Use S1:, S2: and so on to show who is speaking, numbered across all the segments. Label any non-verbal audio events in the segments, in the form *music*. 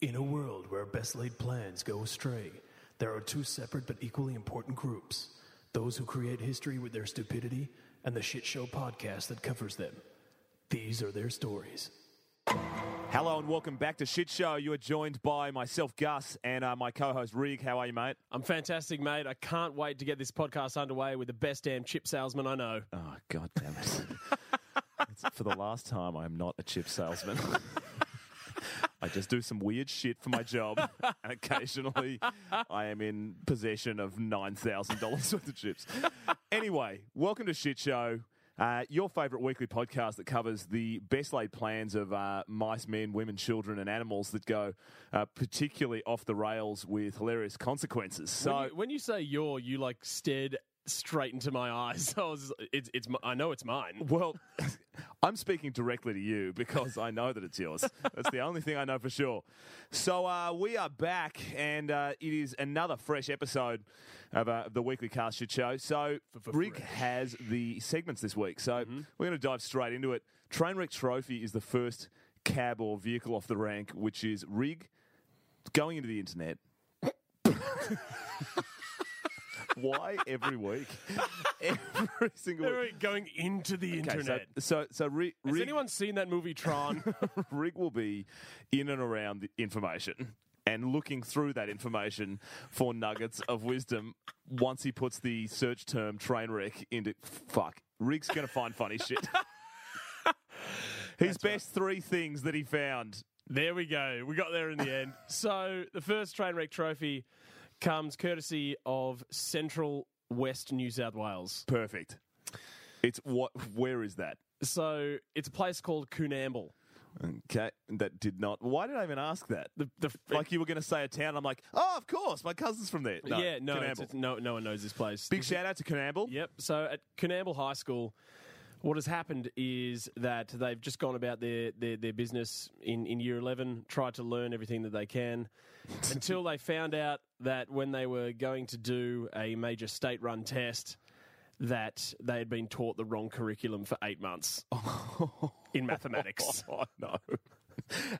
S1: In a world where best laid plans go astray, there are two separate but equally important groups those who create history with their stupidity and the shit show podcast that covers them. These are their stories.
S2: Hello and welcome back to Shit Show. You are joined by myself, Gus, and uh, my co-host Rig. How are you, mate?
S3: I'm fantastic, mate. I can't wait to get this podcast underway with the best damn chip salesman I know.
S2: Oh god damn it! It's- for the last time, I am not a chip salesman. I just do some weird shit for my job, and occasionally, I am in possession of nine thousand dollars worth of chips. Anyway, welcome to Shit Show. Uh, your favorite weekly podcast that covers the best laid plans of uh, mice, men, women, children, and animals that go uh, particularly off the rails with hilarious consequences. So,
S3: when, you, when you say your, you like stared straight into my eyes. *laughs* I was, it's, it's, mi- I know it's mine.
S2: Well, *laughs* I'm speaking directly to you because I know that it's yours. That's the only thing I know for sure. So uh, we are back, and uh, it is another fresh episode of uh, the weekly cast shit show. So Rick has the segments this week, so we're going to dive straight into it. Trainwreck Trophy is the first cab or vehicle off the rank, which is Rig going into the internet. Why every week? Every single week.
S3: They're going into the
S2: Okay,
S3: internet.
S2: So, so, so Rig,
S3: Has
S2: Rig,
S3: anyone seen that movie *laughs* Tron?
S2: *laughs* Rig will be in and around the information and looking through that information for nuggets of wisdom once he puts the search term train wreck into. Fuck. Rig's going to find funny shit.
S3: *laughs*
S2: His best three things that he found.
S3: There we go. We got there in the end. so the first train wreck trophy comes courtesy of Central West New South Wales.
S2: Perfect. It's what? Where is that?
S3: So it's a place called Coonamble.
S2: Okay, that did not. Why did I even ask that?
S3: The, the,
S2: Like you were going to say a town. I'm like, oh, of course, my cousin's from there. No,
S3: yeah, no, it's,
S2: Coonamble.
S3: it's- no, no one knows this place.
S2: Big shout out to Canamble.
S3: Yep. So at Coonamble High School, what has happened is that they've just gone about their, their, their business in, in year 11, tried to learn everything that they can until they found out that when they were going to do a major state run test, that they had been taught the wrong curriculum for eight months in mathematics.
S2: *laughs* Oh, no.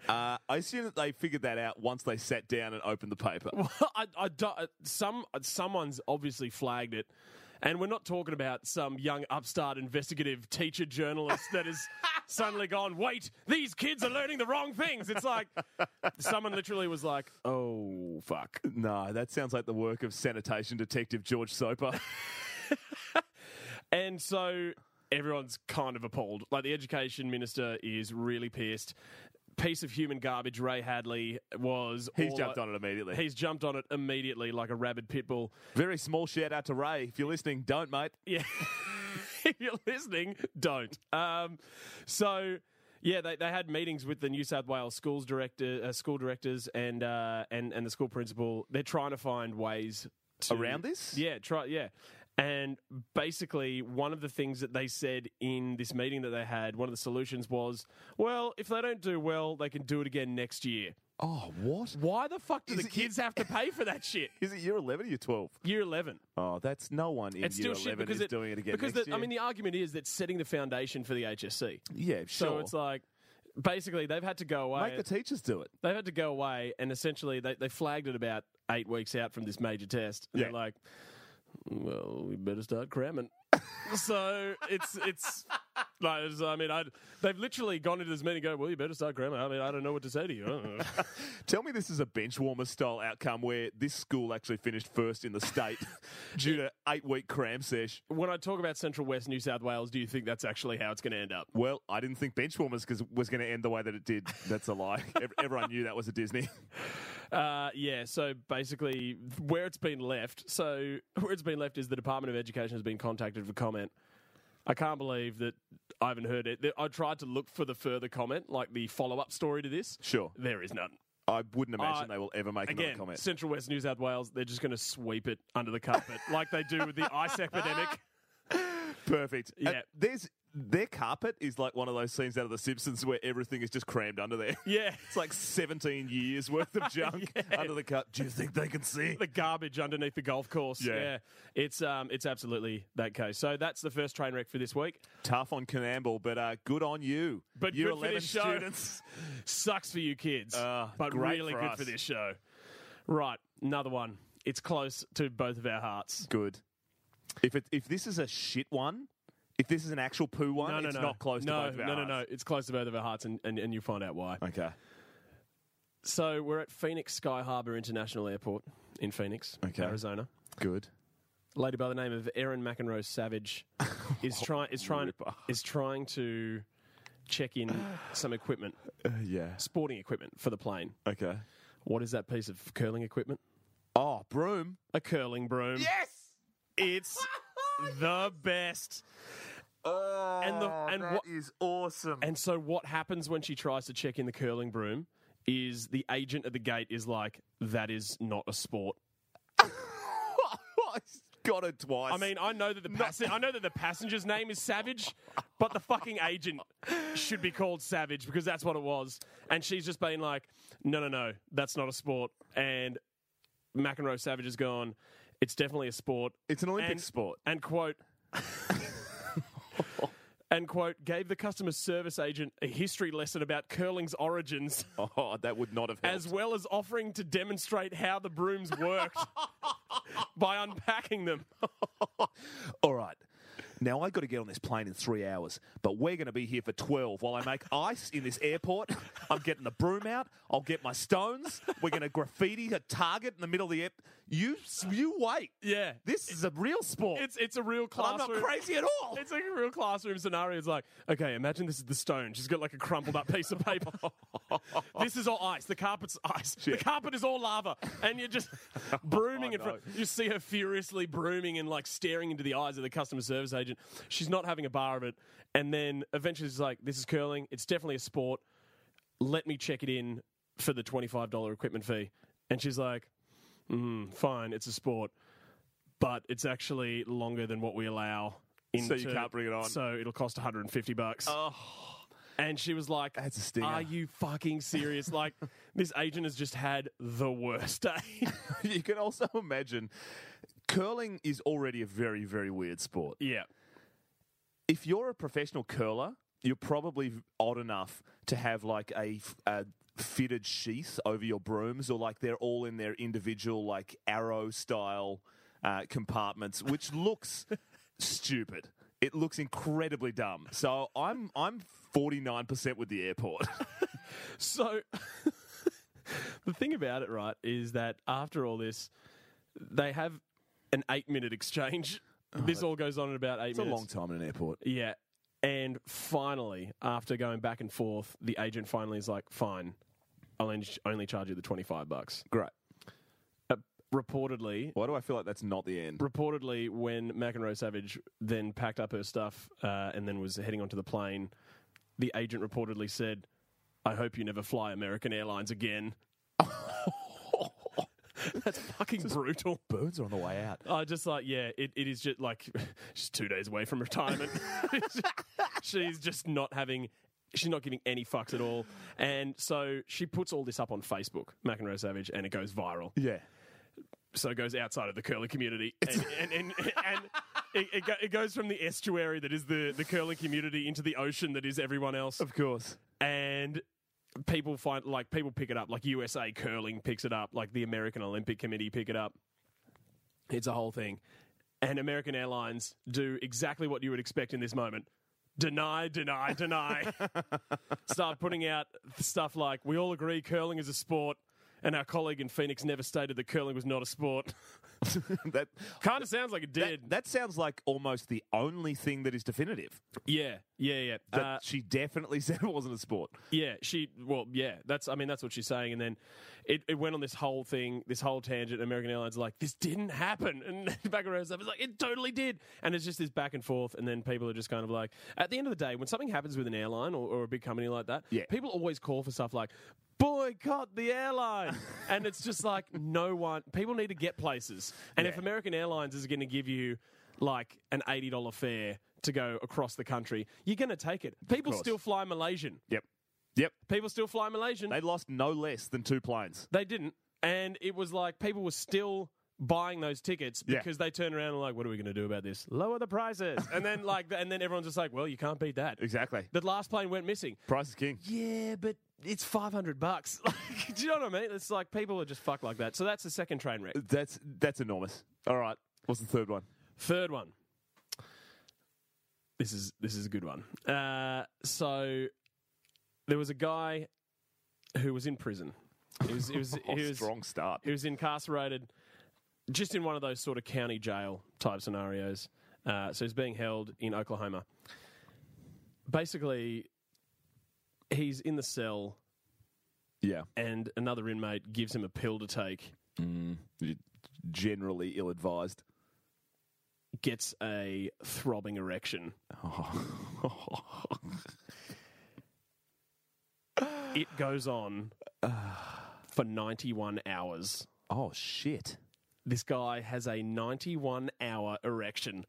S2: Uh, I assume that they figured that out once they sat down and opened the paper.
S3: *laughs* I, I do- uh, some uh, someone's obviously flagged it, and we're not talking about some young upstart investigative teacher journalist
S2: *laughs*
S3: that has suddenly gone. Wait, these kids are learning the wrong things.
S2: *laughs*
S3: It's like someone literally was like, "Oh fuck."
S2: No, that sounds like the work of sanitation detective George Soper. *laughs*
S3: And so everyone's kind of appalled. Like the education minister is really pissed. Piece of human garbage. Ray Hadley was.
S2: He's
S3: all
S2: jumped
S3: o-
S2: on it immediately.
S3: He's jumped on it immediately like a rabid pit bull.
S2: Very small shout out to Ray. If you're listening, don't, mate.
S3: Yeah. *laughs* if you're listening, don't. Um, so. Yeah, they, they had meetings with the New South Wales schools director, uh, school directors, and uh, and and the school principal. They're trying to find ways to,
S2: Around this?
S3: Yeah, try yeah. And basically, one of the things that they said in this meeting that they had, one of the solutions was, well, if they don't do well, they can do it again next year.
S2: Oh, what?
S3: Why the fuck do
S2: Is
S3: the
S2: it-
S3: kids have to pay for that shit?
S2: Is it year 11 or year 12?
S3: Year eleven.
S2: Oh, that's no one in
S3: It's
S2: year
S3: still shit
S2: 11
S3: because
S2: is
S3: it,
S2: doing it again
S3: Because
S2: next
S3: the,
S2: year.
S3: I mean, the argument is that setting the foundation for the HSC.
S2: yeah, sure.
S3: So it's like basically they've had to go away.
S2: Make the teachers do it.
S3: they've had to go away, and essentially they, they flagged it about eight weeks out from this major test. And
S2: Yeah.
S3: They're like, well, we better
S2: *laughs*
S3: start cramming. so it's it's. Like, it's- I mean, I'd, they've literally gone into this meeting and go, well, you better start cramming. I mean, I don't know what to say to you. I
S2: *laughs*
S3: don't know.
S2: Tell me this is a bench warmer style outcome where this school actually finished first in the
S3: *laughs*
S2: state due to eight week cram sesh.
S3: when I talk about Central West New South Wales, do you think that's actually how it's going to end up?
S2: Well, I didn't think Benchwarmers cause was going to end the way that it did. That's a
S3: *laughs*
S2: lie. Ev- Everyone knew that was a Disney. *laughs*
S3: Uh, yeah, so basically, where it's been left, so *laughs* where it's been left is the Department of Education has been contacted for comment. I can't believe that I haven't heard it. I tried to look for the further comment, like the follow up story to this.
S2: Sure.
S3: There is none.
S2: I wouldn't imagine
S3: Uh,
S2: they will ever make another
S3: Again,
S2: comment.
S3: Central West New South Wales, they're just going to sweep
S2: *laughs*
S3: *laughs* it under the carpet like they do with the ice epidemic.
S2: Perfect. Uh,
S3: Yeah.
S2: there's their carpet is like one of those scenes out of The Simpsons where everything is just crammed under there. *laughs*
S3: Yeah.
S2: It's like 17 years worth of junk under the cut. Do you think they can see?
S3: *laughs* the garbage underneath the golf course.
S2: Yeah.
S3: It's um it's absolutely that case. So that's the first train wreck for this week.
S2: Tough on Canamble, but uh, good on you.
S3: But
S2: Year
S3: good for
S2: 11
S3: this show.
S2: students. *laughs*
S3: Sucks for you kids.
S2: Uh,
S3: but
S2: great
S3: really
S2: for
S3: good
S2: us.
S3: for this show. Right, another one. It's close to both of our hearts.
S2: Good. If it, if this is a shit one, if this is an actual poo one,
S3: No, no,
S2: it's
S3: no.
S2: not close
S3: no,
S2: to both of our
S3: No, no, no.
S2: hearts.
S3: It's close to both of our hearts, and, and, and you'll find out why.
S2: Okay.
S3: So we're at Phoenix Sky Harbor International Airport in Phoenix,
S2: Okay.
S3: Arizona.
S2: Good.
S3: A lady by the name of Erin McEnroe Savage
S2: *laughs*
S3: is trying is trying
S2: Oh, ripper.
S3: is trying to check in some equipment,
S2: Uh, yeah.
S3: sporting equipment for the plane.
S2: Okay.
S3: What is that piece of curling equipment?
S2: Oh, broom.
S3: A curling broom. Yes, it's *laughs* the best.
S2: Oh,
S3: And the- and that what-
S2: is awesome. *laughs*
S3: And so what happens when she tries to check in the curling broom is the agent at the gate is like, "That is not a sport."
S2: I got it twice.
S3: I mean, I know that the passen- I know that the passenger's name is Savage, but the fucking agent should be called Savage because that's what it was. And she's just been like, "No, no, no, that's not a sport." And McEnroe Savage has gone. It's definitely a sport.
S2: it's an Olympic
S3: and-
S2: sport. *laughs*
S3: and quote and quote gave the customer service agent a history lesson about curling's origins
S2: Oh, that would not have helped.
S3: as well as offering to demonstrate how the brooms
S2: *laughs*
S3: worked by unpacking them
S2: All right. Now I got to get on this plane in three hours, but we're going to be here for twelve while I make
S3: *laughs*
S2: ice in this airport. I'm getting the broom out. I'll get my stones. We're going to graffiti a target in the middle of the air. You, you wait.
S3: yeah
S2: This is a real sport.
S3: it's it's a real
S2: And I'm
S3: classroom
S2: not crazy at all.
S3: it's like a real classroom scenario. It's like, okay, imagine this is the stone. She's got like a crumpled up piece of paper. this is all ice. The carpet's ice.
S2: Yeah.
S3: The carpet is all lava. And you're just brooming in front. You see her furiously brooming and like staring into the eyes of the customer service agent. She's not having a bar of it. And then eventually she's like, this is curling. It's definitely a sport. Let me check it in for the $25 equipment fee. And she's like, mm, fine, it's a sport. But it's actually longer than what we allow. In
S2: So you can't bring it on. Oh.
S3: So it'll cost 150 bucks. And she was like,
S2: That's a stinger.
S3: Are you fucking serious?
S2: *laughs*
S3: like, this agent has just had the worst day.
S2: *laughs* you can also imagine curling is already a very, very weird sport.
S3: yeah.
S2: If you're a professional curler, you're probably odd enough to have like a, f- a fitted sheath over your brooms, or like they're all in their individual like arrow style uh, compartments, which *laughs* looks stupid. It looks incredibly dumb. So I'm I'm 49% with the airport. *laughs*
S3: So *laughs* the thing about it, right, is that after all this, they have an eight minute exchange. this all goes on in about eight
S2: Oh, It's a
S3: minutes.
S2: long time in an airport.
S3: Yeah. And finally, after going back and forth, the agent finally is like, fine, I'll en- only charge you the 25 bucks. Uh,
S2: Great.
S3: Reportedly,
S2: Why do I feel like that's not the end?
S3: reportedly, when McEnroe Savage then packed up her stuff uh, and then was heading onto the plane, the agent reportedly said, I hope you never fly American Airlines again. *laughs* That's fucking brutal.
S2: Birds are on the way out.
S3: I just like, yeah, it, it is just like *laughs* she's two days away from retirement. *laughs* she's just not having, she's not giving any fucks at all. And so she puts all this up on Facebook, McEnroe Savage, and it goes viral.
S2: Yeah.
S3: So it goes outside of the curling community. And, and, and, and it, it, go, it goes from the estuary that is the, the curling community into the ocean that is everyone else.
S2: Of course.
S3: And people find, like, people pick it up, like USA Curling picks it up, like the American Olympic Committee pick it up. It's a whole thing. And American Airlines do exactly what you would expect in this moment. Deny,
S2: *laughs*
S3: deny, deny. Start putting out stuff like, we all agree curling is a sport, and our colleague in Phoenix never stated that curling was not a sport. *laughs*
S2: *laughs* that,
S3: kind of sounds like it did.
S2: that that sounds like almost the only thing that is definitive.
S3: yeah, yeah, yeah.
S2: That
S3: Uh,
S2: she definitely *laughs* said it wasn't a sport.
S3: Yeah, she. Well, yeah. That's. I mean, that's what she's saying. And then it, it went on this whole thing, this whole tangent. American Airlines like this didn't happen, and *laughs* back around stuff is like it totally did. And it's just this back and forth. And then people are just kind of like, at the end of the day, when something happens with an airline or, or a big company like that,
S2: Yeah.
S3: people always call for stuff like boycott
S2: *laughs*
S3: the airline, and it's just like no one. People need to get places. And if
S2: Yeah.
S3: American Airlines is going to give you like an eighty dollar fare to go across the country, you're going to take it. People
S2: course.
S3: still fly Malaysian.
S2: Yep. Yep.
S3: People still fly Malaysian.
S2: They lost no less than two planes.
S3: They didn't. And it was like people were still buying those tickets
S2: Yeah.
S3: because they turned around and like, what are we going to do about this? Lower the prices. and then *laughs* like, and then everyone's just like, well, you can't beat that.
S2: Exactly.
S3: The last plane went missing.
S2: Price is king.
S3: Yeah, but it's 500 bucks. *laughs* Like, do you know what I mean? It's like people are just fucked like that. So that's the second train wreck.
S2: That's that's enormous. All right. What's the third one?
S3: Third one. This is this is a good one. Uh, so there was a guy who was in prison. He was he was,
S2: Oh, *laughs*
S3: he was
S2: strong start.
S3: He was incarcerated just in one of those sort of county jail type scenarios. Uh, so he's being held in Oklahoma. Basically, he's in the cell,
S2: Yeah.
S3: and another inmate gives him a pill to take,
S2: Generally ill advised.
S3: gets a throbbing erection. It goes on for 91 hours.
S2: Oh shit.
S3: This guy has a 91 hour erection.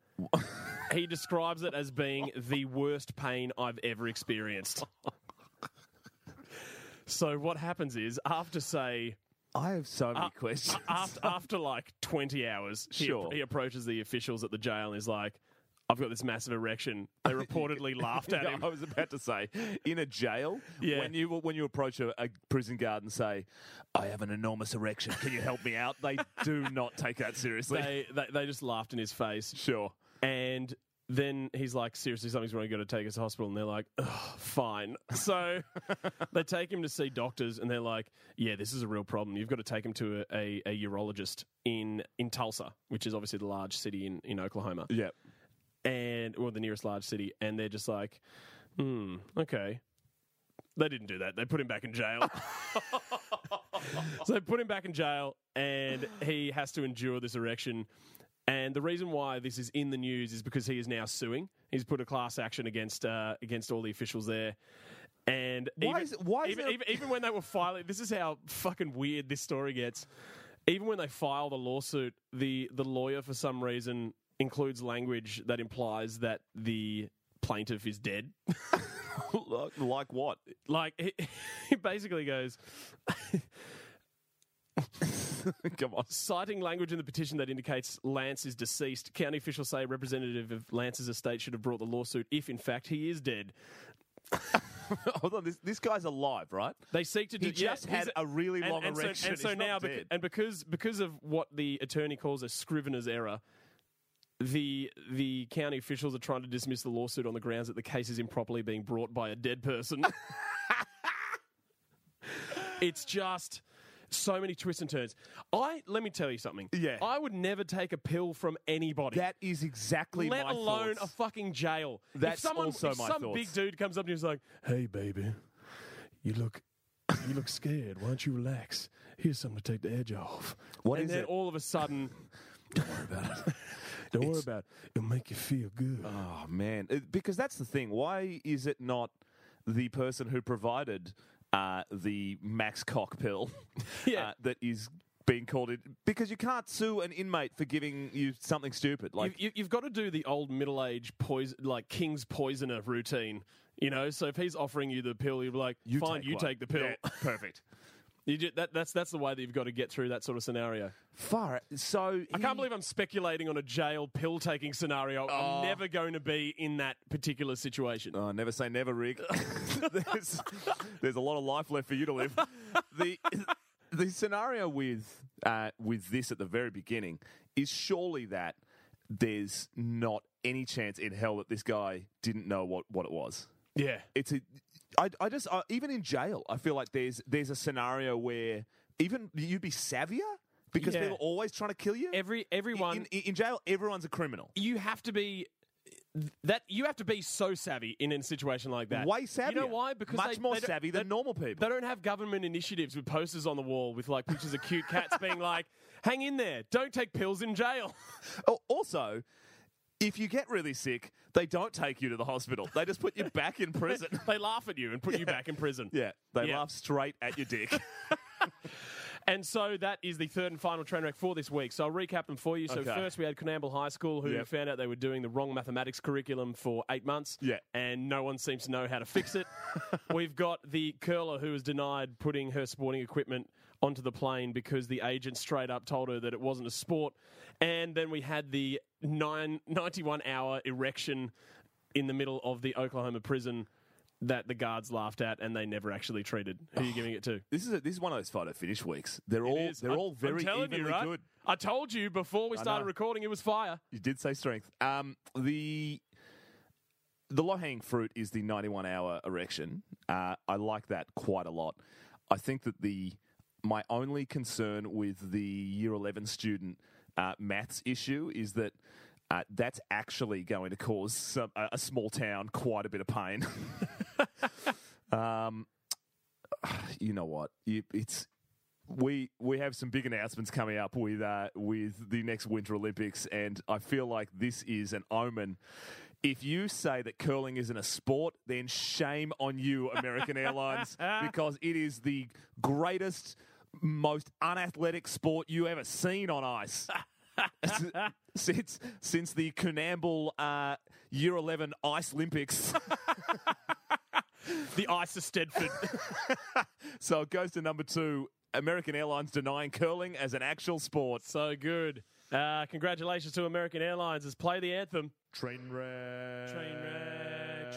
S3: he describes it as being the worst pain I've ever experienced. so, what happens is, after, say,
S2: I have so many questions. *laughs*
S3: Uh, after, after like 20 hours, he,
S2: Sure.
S3: he approaches the officials at the jail and is like, I've got this massive erection. They reportedly laughed at
S2: Yeah,
S3: him.
S2: I was about to say, in a jail,
S3: Yeah.
S2: when you when you approach a, a prison guard and say, "I have an enormous erection, can you help me out?" They
S3: *laughs*
S2: do not take that seriously.
S3: They, they, they just laughed in his face.
S2: sure.
S3: And then he's like, seriously, something's wrong. You got to take us to hospital. And they're like, "Ugh, fine. *laughs* So they take him to see doctors, and they're like, yeah, this is a real problem. You've got to take him to a, a, a urologist in in Tulsa, which is obviously the large city in, in Oklahoma,
S2: Yeah.
S3: and or the nearest large city. And they're just like, hmm, okay. They didn't do that. They put him back
S2: *laughs*
S3: in jail. so they put him back in jail, and he has to endure this erection. And the reason why this is in the news is because he is now suing. He's put a class action against uh, against all the officials there. And
S2: Why
S3: even,
S2: is- why is
S3: even,
S2: there a-
S3: even, even when they were filing, this is how fucking weird this story gets. Even when they file the lawsuit, the the lawyer for some reason includes language that implies that the plaintiff is dead.
S2: like, like what? *laughs*
S3: Like he, *laughs* he basically goes,
S2: Come on. *laughs*
S3: citing language in the petition that indicates Lance is deceased. County officials say representative of Lance's estate should have brought the lawsuit if, in fact, he is dead.
S2: Hold on. This this guy's alive, right?
S3: They seek to.
S2: He
S3: do- yeah,
S2: just had
S3: he's-
S2: a really long
S3: and,
S2: erection.
S3: So, and so
S2: He's
S3: now,
S2: not
S3: beca-
S2: dead.
S3: and because because of what the attorney calls a scrivener's error, the the county officials are trying to dismiss the lawsuit on the grounds that the case is improperly being brought by a dead person.
S2: *laughs*
S3: it's just so many twists and turns. I let me tell you something.
S2: Yeah.
S3: I would never take a pill from anybody.
S2: That is exactly
S3: let
S2: my
S3: alone
S2: thoughts.
S3: a fucking jail.
S2: That's
S3: if someone,
S2: also
S3: if
S2: my
S3: some
S2: thoughts.
S3: big dude comes up to you and is like,
S1: Hey, baby, you look you look scared. Why don't you relax? Here's something to take the edge off.
S2: What
S3: and
S2: is
S3: then
S2: it?
S3: all of
S2: *laughs*
S3: a sudden,
S1: Don't worry about it. It'll make you feel good.
S2: Oh man, It- because that's the thing. Why is it not the person who provided uh, the Max Cock pill *laughs*
S3: Yeah.
S2: uh, that is being called in? Because you can't sue an inmate for giving you something stupid. Like
S3: you, you, you've got to do the old middle age poison, like king's poisoner routine. You know, so if he's offering you the pill, you're like, fine, you
S2: one."
S3: take the pill.
S2: Yeah, perfect.
S3: *laughs* You ju- that, that's that's the way that you've got to get through that sort of scenario.
S2: Far so.
S3: I can't believe I'm speculating on a jail pill taking scenario. I'm never going to be in that particular situation.
S2: Oh, never say never,
S3: *laughs*
S2: Rick. there's, there's a lot of life left for you to live. The the scenario with uh, with this at the very beginning is surely that there's not any chance in hell that this guy didn't know what, what it was.
S3: Yeah,
S2: It's a I, I just I, even in jail I feel like there's there's a scenario where even you'd be savvier because
S3: Yeah.
S2: people are always trying to kill you.
S3: every everyone
S2: in, in, in jail, everyone's a criminal.
S3: you have to be that you have to be so savvy in a situation like that.
S2: Way savvier.
S3: You know why? Because
S2: much
S3: they-
S2: more
S3: they don't-
S2: savvy than normal people.
S3: They don't have government initiatives with posters on the wall with like pictures of cute cats being like, "Hang in there, don't take pills in jail." *laughs*
S2: Al- Also, if you get really sick, they don't take you to the hospital. They just put you back in *laughs* prison.
S3: they laugh at you and put you back in prison.
S2: Yeah, they
S3: Yeah.
S2: laugh straight at your dick.
S3: And so that is the third and final train wreck for this week. So I'll recap them for you. So
S2: Okay.
S3: first we had Conamble High School who
S2: Yep.
S3: found out they were doing the wrong mathematics curriculum for eight months.
S2: Yeah.
S3: And no one seems to know how to fix
S2: *laughs*
S3: it. We've got the curler who was denied putting her sporting equipment onto the plane because the agent straight up told her that it wasn't a sport. And then we had the nine, 91 hour erection in the middle of the Oklahoma prison that the guards laughed at and they never actually treated. Who
S2: Oh.
S3: are you giving it to?
S2: *laughs* This is a, this is one of those photo finish weeks. They're all
S3: is.
S2: they're
S3: I'm-
S2: all
S3: I'm
S2: very
S3: telling
S2: evenly
S3: you, right?
S2: good.
S3: I told you before we started
S2: know.
S3: recording it was fire.
S2: You did say strength. Um, the the low hanging fruit is the 91 hour erection. Uh, I like that quite a lot. I think that the my only concern with the year 11 student uh, maths issue is that. Uh, that's actually going to cause some, a, a small town quite a bit of pain. *laughs* um, *sighs* you know what? You, it's we we have some big announcements coming up with uh, with the next Winter Olympics, and I feel like this is an omen. If you say that curling isn't a sport, then shame on you, American Airlines, because it is the greatest, most unathletic sport you ever seen on ice. S- since since the Kunamble uh, Year Eleven Ice Olympics.
S3: The ice is
S2: *laughs*
S3: Stedford.
S2: So it goes to number two. American Airlines denying curling as an actual sport.
S3: so good. Uh, congratulations to American Airlines as play the anthem.
S2: Train wreck.
S3: wreck,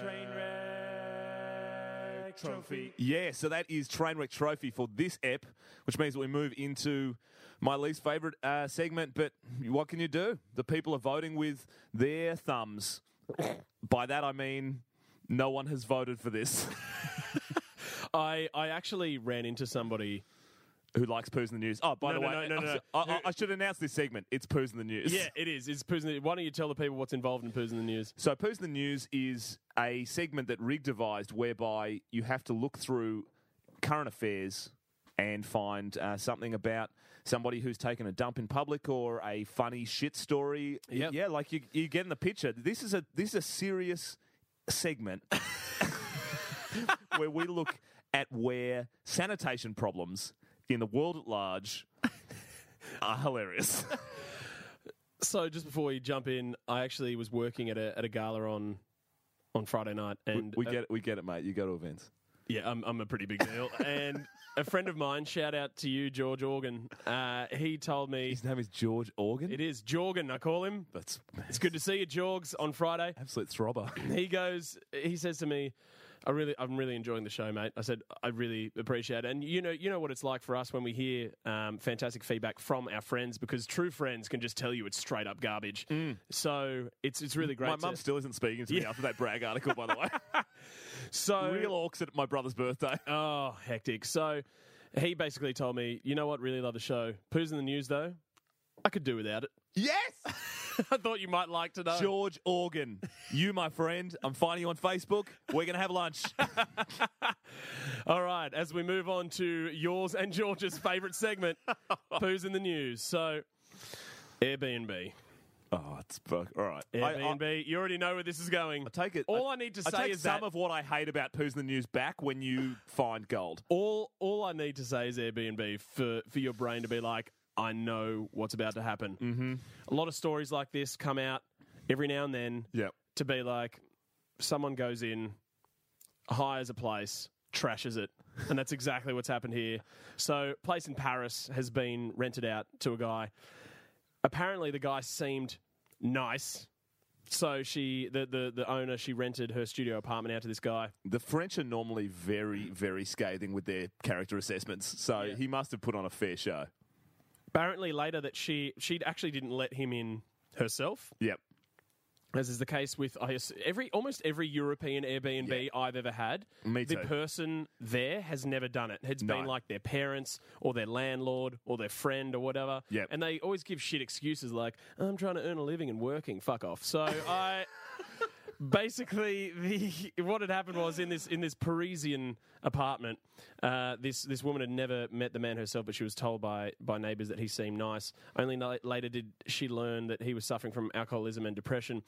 S3: trophy.
S2: Yeah, so that is Trainwreck Trophy for this ep, which means we move into my least favourite uh, segment. But what can you do? The people are voting with their thumbs. By that I mean no one has voted for this. *laughs*
S3: I, I actually ran into somebody.
S2: Who likes poos in the news? Oh, by the
S3: No, no,
S2: way,
S3: no, no, no.
S2: I, I, I should announce this segment. It's poos in the news.
S3: Yeah, it is. It's Poos in the, Why don't you tell the people what's involved in Poos in the News?
S2: So, Poos in the News is a segment that Rig devised whereby you have to look through current affairs and find uh, something about somebody who's taken a dump in public or a funny shit story.
S3: Yep.
S2: Yeah, like you, you're getting the picture. This is a, this is a serious segment *laughs* where we look at where sanitation problems in the world at large are hilarious.
S3: So just before we jump in, I actually was working at a, at a gala on on Friday night, and
S2: we
S3: uh,
S2: get it, we get it, mate. You go to events.
S3: Yeah, I'm, I'm a pretty big
S2: *laughs*
S3: deal. and a friend of mine, shout out to you, George Organ, uh, he told me
S2: His name is George Organ.
S3: it is Jorgen, I call him.
S2: That's
S3: It's good to see you, Jorgs, on Friday. *clears throat*
S2: absolute *laughs* throbber.
S3: He goes, he says to me, I really, I'm really enjoying the show, mate. I said, I really appreciate it. And you know, you know what it's like for us when we hear um, fantastic feedback from our friends because true friends can just tell you it's straight up garbage. So it's, it's really great.
S2: Mm. My
S3: to-
S2: mum still isn't speaking to me after that brag article, by the *laughs* way.
S3: so
S2: Real orcs at my brother's birthday.
S3: Oh, hectic. So he basically told me, you know what, really love the show. Poo's in the news, though. I could do without it.
S2: *laughs*
S3: *laughs*
S2: Yes,
S3: I thought you might like to
S2: *laughs*
S3: know.
S2: George Organ, you, my friend. I'm finding you on Facebook. We're gonna have *laughs* lunch.
S3: All right, as we move on to yours and George's favourite segment,
S2: *laughs*
S3: Poo's in the news. So, Airbnb.
S2: oh, it's fuck. All right. I, I-
S3: Airbnb, you already know where this is going.
S2: I take it.
S3: All I need to
S2: I
S3: say
S2: take
S3: is
S2: some
S3: that-
S2: of what I hate about Pooh's in the News back when you find gold.
S3: all all I need to say is Airbnb for for your brain to be like, I know what's about to happen. Mm-hmm. A lot of stories like this come out every now and then.
S2: Yep.
S3: To be like, someone goes in, hires a place, trashes it, and that's exactly what's happened here. So, a place in Paris has been rented out to a guy. Apparently, the guy seemed nice. So she, the, the, the owner, she rented her studio apartment out to this guy.
S2: The French are normally very, very scathing with their character assessments, so he must have put on a fair show.
S3: apparently later that she she actually didn't let him in herself
S2: Yep.
S3: as is the case with I ass- every almost every european airbnb i've ever had
S2: Me
S3: the
S2: too.
S3: person there has never done it it's been
S2: No.
S3: like their parents or their landlord or their friend or whatever
S2: Yep.
S3: and they always give shit excuses like i'm trying to earn a living and working fuck off so i basically the what had happened was in this in this Parisian apartment, uh, this this woman had never met the man herself, but she was told by by neighbours that he seemed nice. Only la- later did she learn that he was suffering from alcoholism and depression.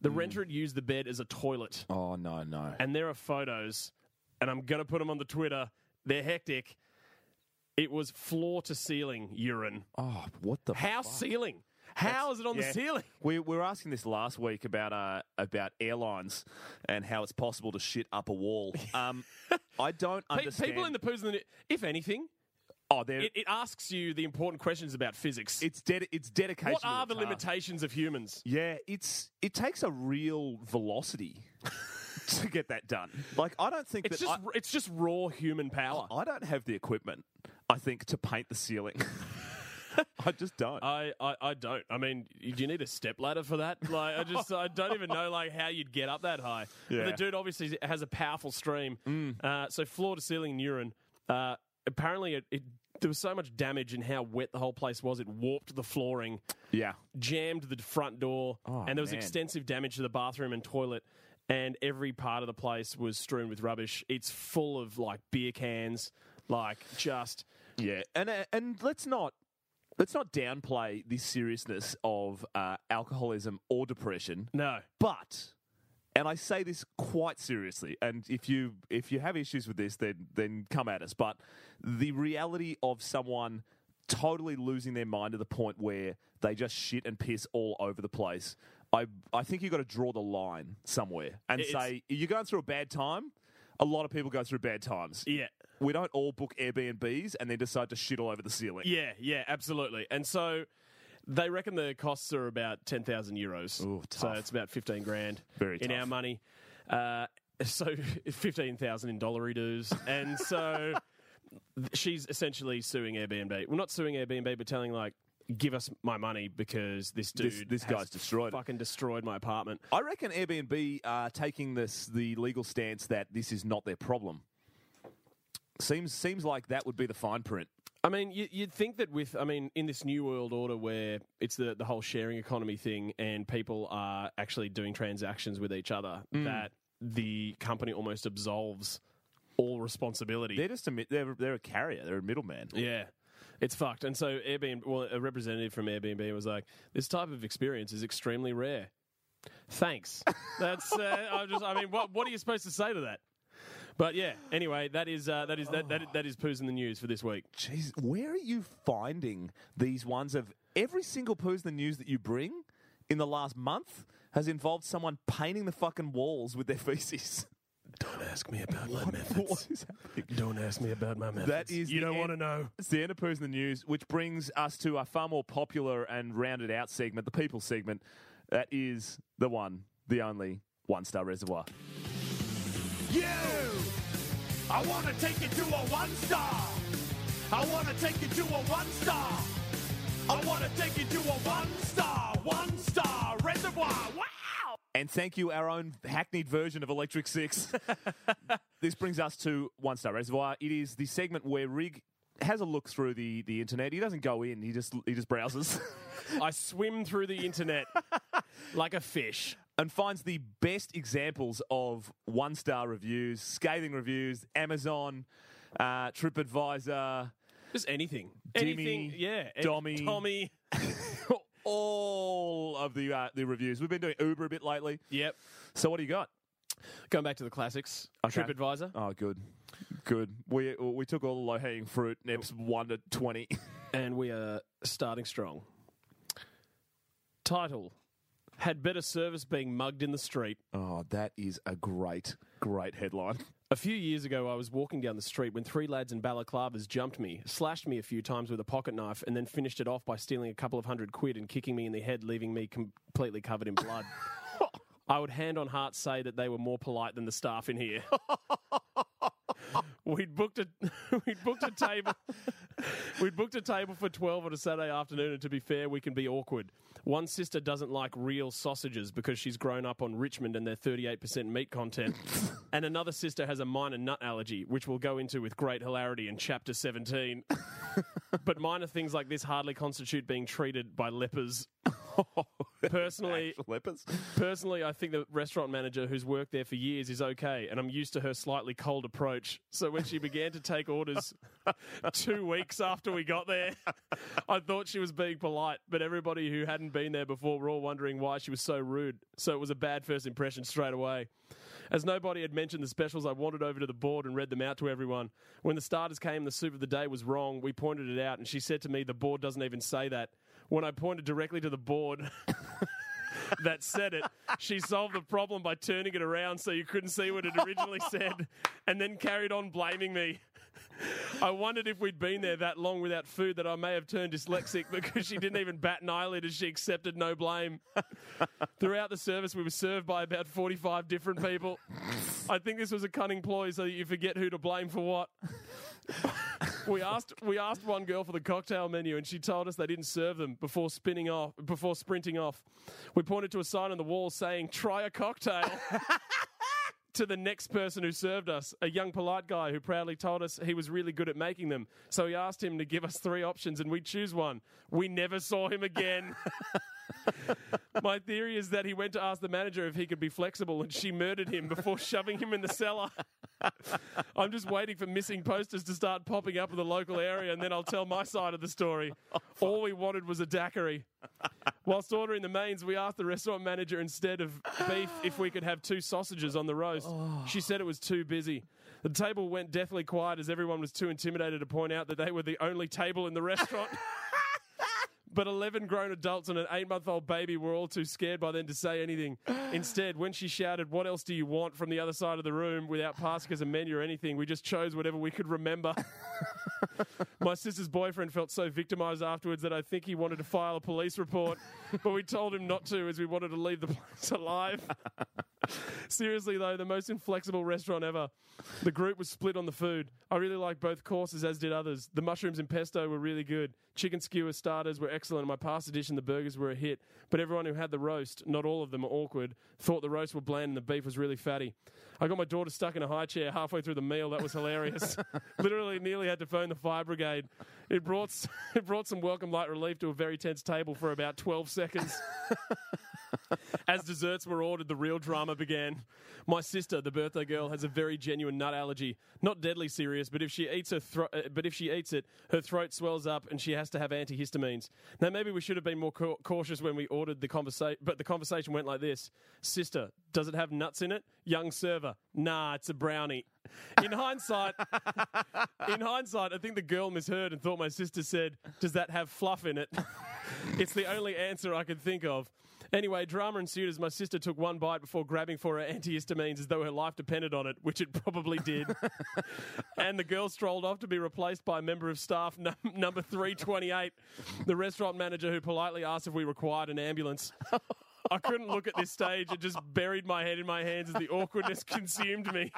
S3: The renter had used the bed as a toilet,
S2: Oh no, no.
S3: and there are photos, and I'm gonna put them on the Twitter. They're hectic. It was floor to ceiling urine.
S2: Oh, what the
S3: How ceiling? How is it on the
S2: Yeah.
S3: ceiling?
S2: We, we were asking this last week about uh, about airlines and how it's possible to shit up a
S3: *laughs*
S2: wall. Um, I don't
S3: Pe-
S2: understand.
S3: People in the poos, in the, if anything,
S2: oh, they're,
S3: it, it asks you the important questions about physics.
S2: it's ded- it's dedication.
S3: what
S2: to
S3: are the
S2: task.
S3: limitations of humans?
S2: Yeah, it's it takes a real velocity *laughs* to get that done. Like I don't think
S3: It's
S2: that
S3: just it's just raw human power.
S2: I, I don't have the equipment. I think to paint the ceiling. *laughs* I just don't.
S3: I, I, I don't. I mean, y- do you need a stepladder for that? Like, I just I don't even know like how you'd get up that high. But
S2: Yeah.
S3: the dude obviously has a powerful stream. Uh, so floor to ceiling urine. Uh, apparently, it, it there was so much damage in how wet the whole place was. It warped the flooring,
S2: yeah.
S3: jammed the front door,
S2: Oh,
S3: and there was
S2: man.
S3: extensive damage to the bathroom and toilet. And every part of the place was strewn with rubbish. It's full of like beer cans, like just
S2: Yeah, and uh, and let's not let's not downplay the seriousness of uh, alcoholism or depression,
S3: no.
S2: but and I say this quite seriously. And if you if you have issues with this, then then come at us. But the reality of someone totally losing their mind to the point where they just shit and piss all over the place. I I think you got to draw the line somewhere and
S3: It's-
S2: say you're going through a bad time. A lot of people go through bad times
S3: Yeah.
S2: we don't all book Airbnbs and then decide to shit all over the ceiling.
S3: Yeah, yeah, absolutely. And so they reckon the costs are about ten thousand euros.
S2: Ooh,
S3: So
S2: tough.
S3: it's about fifteen grand
S2: Very
S3: in
S2: tough.
S3: our money. Uh, so *laughs* fifteen thousand in dollar dues, and so *laughs* she's essentially suing Airbnb. Well, not suing Airbnb, but telling like, give us my money because this dude,
S2: This- this
S3: has
S2: guy's destroyed it."
S3: fucking destroyed my apartment.
S2: I reckon Airbnb are taking this the legal stance that this is not their problem. Seems seems like that would be the fine print.
S3: I mean, you, you'd think that with, I mean, in this new world order where it's the, the whole sharing economy thing and people are actually doing transactions with each other, that the company almost absolves all responsibility.
S2: They're just a mi- they're they're a carrier. They're a middleman.
S3: yeah. It's fucked. And so Airbnb, well, a representative from Airbnb was like, this type of experience is extremely rare. Thanks. That's, uh, I just, I mean, what, what are you supposed to say to that? But yeah, anyway, that is, uh, that is, that, that, that is poos in the news for this week.
S2: Jeez, where are you finding these ones of every single person the news that you bring in the last month has involved someone painting the fucking walls with their *laughs* feces?
S1: Don't ask me about my
S2: What
S1: methods.
S2: is happening?
S1: Don't ask me about my methods.
S2: That is
S1: you
S2: the
S1: don't
S2: end-
S1: want to know.
S2: It's the end of Poos in the News, which brings us to our far more popular and rounded out segment, the people segment. That is the one, the only one star reservoir.
S1: You! I want to take you to a one star! I want to take you to a one star! I want to take you to a one star, one star reservoir! Wow!
S2: And thank you, our own hackneyed version of Electric Six. *laughs* this brings us to One Star Reservoir. It is the segment where Rig has a look through the, the internet. He doesn't go in, he just he just browses *laughs*
S3: I swim through the internet like a fish.
S2: and finds the best examples of one star reviews, scathing reviews, Amazon, uh, TripAdvisor. *laughs*
S3: Just anything.
S2: Dimmy,
S3: anything. Yeah. Any-
S2: Dommy.
S3: Tommy.
S2: all of the uh, the reviews. We've been doing Uber a bit lately.
S3: Yep.
S2: So what do you got?
S3: Going back to the classics.
S2: Okay.
S3: TripAdvisor.
S2: Oh, good, good. We we took all the low hanging fruit. Nips one to twenty.
S3: And we are starting strong. Title Had better service being mugged in the street.
S2: Oh, that is a great great *laughs* headline.
S3: A few years ago, I was walking down the street when three lads in balaclavas jumped me, slashed me a few times with a pocket knife, and then finished it off by stealing a couple of hundred quid and kicking me in the head, leaving me completely covered in blood. I would hand on heart say that they were more polite than the staff in here. *laughs* we'd booked a *laughs* we'd booked a table *laughs* we'd booked a table for 12 on a Saturday afternoon and to be fair we can be awkward. One sister doesn't like real sausages because she's grown up on Richmond and their 38% meat content. and another sister has a minor nut allergy which we'll go into with great hilarity in chapter 17. but minor things like this hardly constitute being treated by lepers. Personally,
S2: Lepers.
S3: Personally, I think the restaurant manager who's worked there for years is okay, and I'm used to her slightly cold approach. So when she began to take orders two weeks after we got there, I thought she was being polite, but everybody who hadn't been there before were all wondering why she was so rude. So it was a bad first impression straight away. As nobody had mentioned the specials, I wandered over to the board and read them out to everyone. When the starters came, the soup of the day was wrong. We pointed it out, and she said to me, The board doesn't even say that. When I pointed directly to the board, that said it. She solved the problem by turning it around so you couldn't see what it originally said and then carried on blaming me. I wondered if we'd been there that long without food that I may have turned dyslexic because she didn't even bat an eyelid as she accepted no blame. Throughout the service, we were served by about 45 different people. I think this was a cunning ploy so that you forget who to blame for what. We asked we asked one girl for the cocktail menu, and she told us they didn't serve them before spinning off before sprinting off. We pointed to a sign on the wall saying "Try a cocktail." *laughs* To the next person who served us, a young polite guy who proudly told us he was really good at making them. So we asked him to give us three options and we choose one. We never saw him again. *laughs* My theory is that he went to ask the manager if he could be flexible and she murdered him before *laughs* shoving him in the cellar. I'm just waiting for missing posters to start popping up in the local area, and then I'll tell my side of the story. All we wanted was a daiquiri. Whilst ordering the mains, we asked the restaurant manager instead of beef if we could have two sausages on the roast. She said it was too busy. The table went deathly quiet as everyone was too intimidated to point out that they were the only table in the restaurant. But 11 grown adults and an eight month old baby were all too scared by then to say anything. Instead, when she shouted, What else do you want from the other side of the room without passing us a menu or anything, we just chose whatever we could remember. My sister's boyfriend felt so victimized afterwards that I think he wanted to file a police report, but we told him not to as we wanted to leave the place alive. Seriously, though, the most inflexible restaurant ever. The group was split on the food. I really liked both courses, as did others. The mushrooms and pesto were really good. Chicken skewer starters were excellent. and My pasta dish and the burgers were a hit. But everyone who had the roast, not all of them are awkward, thought the roast were bland and the beef was really fatty. I got my daughter stuck in a high chair halfway through the meal. That was hilarious. Literally, nearly had to phone the fire brigade. It brought s- *laughs* it brought some welcome light relief to a very tense table for about twelve seconds. As desserts were ordered, the real drama began. My sister, the birthday girl, has a very genuine nut allergy. Not deadly serious, but if she eats her thro- uh, but if she eats it, her throat swells up and she has to have antihistamines. Now maybe we should have been more cau- cautious when we ordered the conversation, but the conversation went like this: Sister, does it have nuts in it? Young server, nah, it's a brownie. In hindsight, *laughs* in hindsight, I think the girl misheard and thought my sister said, "Does that have fluff in it?" *laughs* it's the only answer I could think of. Anyway, drama ensued as my sister took one bite before grabbing for her antihistamines as though her life depended on it, which it probably did. and the girl strolled off to be replaced by a member of staff num- number 328, the restaurant manager who politely asked if we required an ambulance. I couldn't look at this stage. It just buried my head in my hands as the awkwardness *laughs* consumed me.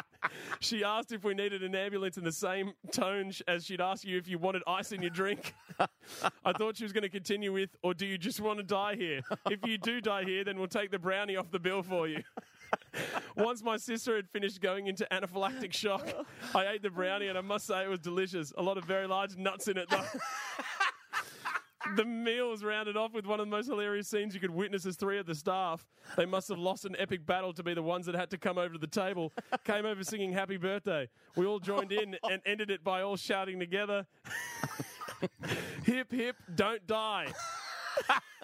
S3: She asked if we needed an ambulance in the same tone sh- as she'd asked you if you wanted ice in your drink. I thought she was going to continue with, or do you just want to die here? If you do die here, then we'll take the brownie off the bill for you. *laughs* Once my sister had finished going into anaphylactic shock, I ate the brownie and I must say it was delicious. A lot of very large nuts in it, though. *laughs* The meal was rounded off with one of the most hilarious scenes you could witness as three of the staff. They must have lost an epic battle to be the ones that had to come over to the table, came over singing happy birthday. We all joined in and ended it by all shouting together, hip hip, don't die. *laughs*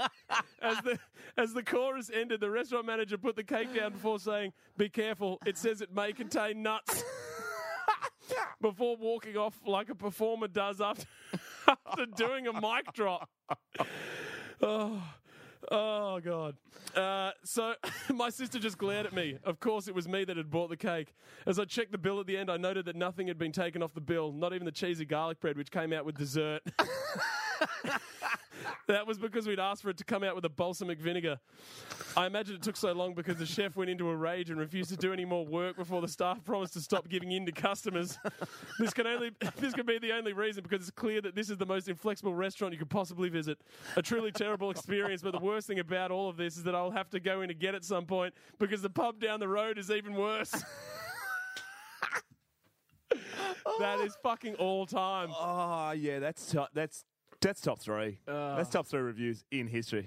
S3: As the as the chorus ended, the restaurant manager put the cake down before saying, "Be careful! It says it may contain nuts." *laughs* before walking off like a performer does after *laughs* after doing a mic drop. *laughs* Oh, oh God. Uh, so *laughs* my sister just glared at me. Of course, it was me that had bought the cake. As I checked the bill at the end, I noted that nothing had been taken off the bill, not even the cheesy garlic bread, which came out with dessert. That was because we'd asked for it to come out with a balsamic vinegar. I imagine it took so long because the chef went into a rage and refused to do any more work before the staff promised to stop giving in to customers. *laughs* This can only *laughs* this could be the only reason because it's clear that this is the most inflexible restaurant you could possibly visit. A truly terrible experience, but the worst thing about all of this is that I'll have to go in again at some point because the pub down the road is even worse. *laughs* that is fucking all time.
S2: Oh yeah, that's top, that's that's top three.
S3: Uh.
S2: that's top three reviews in
S3: *laughs*
S2: history.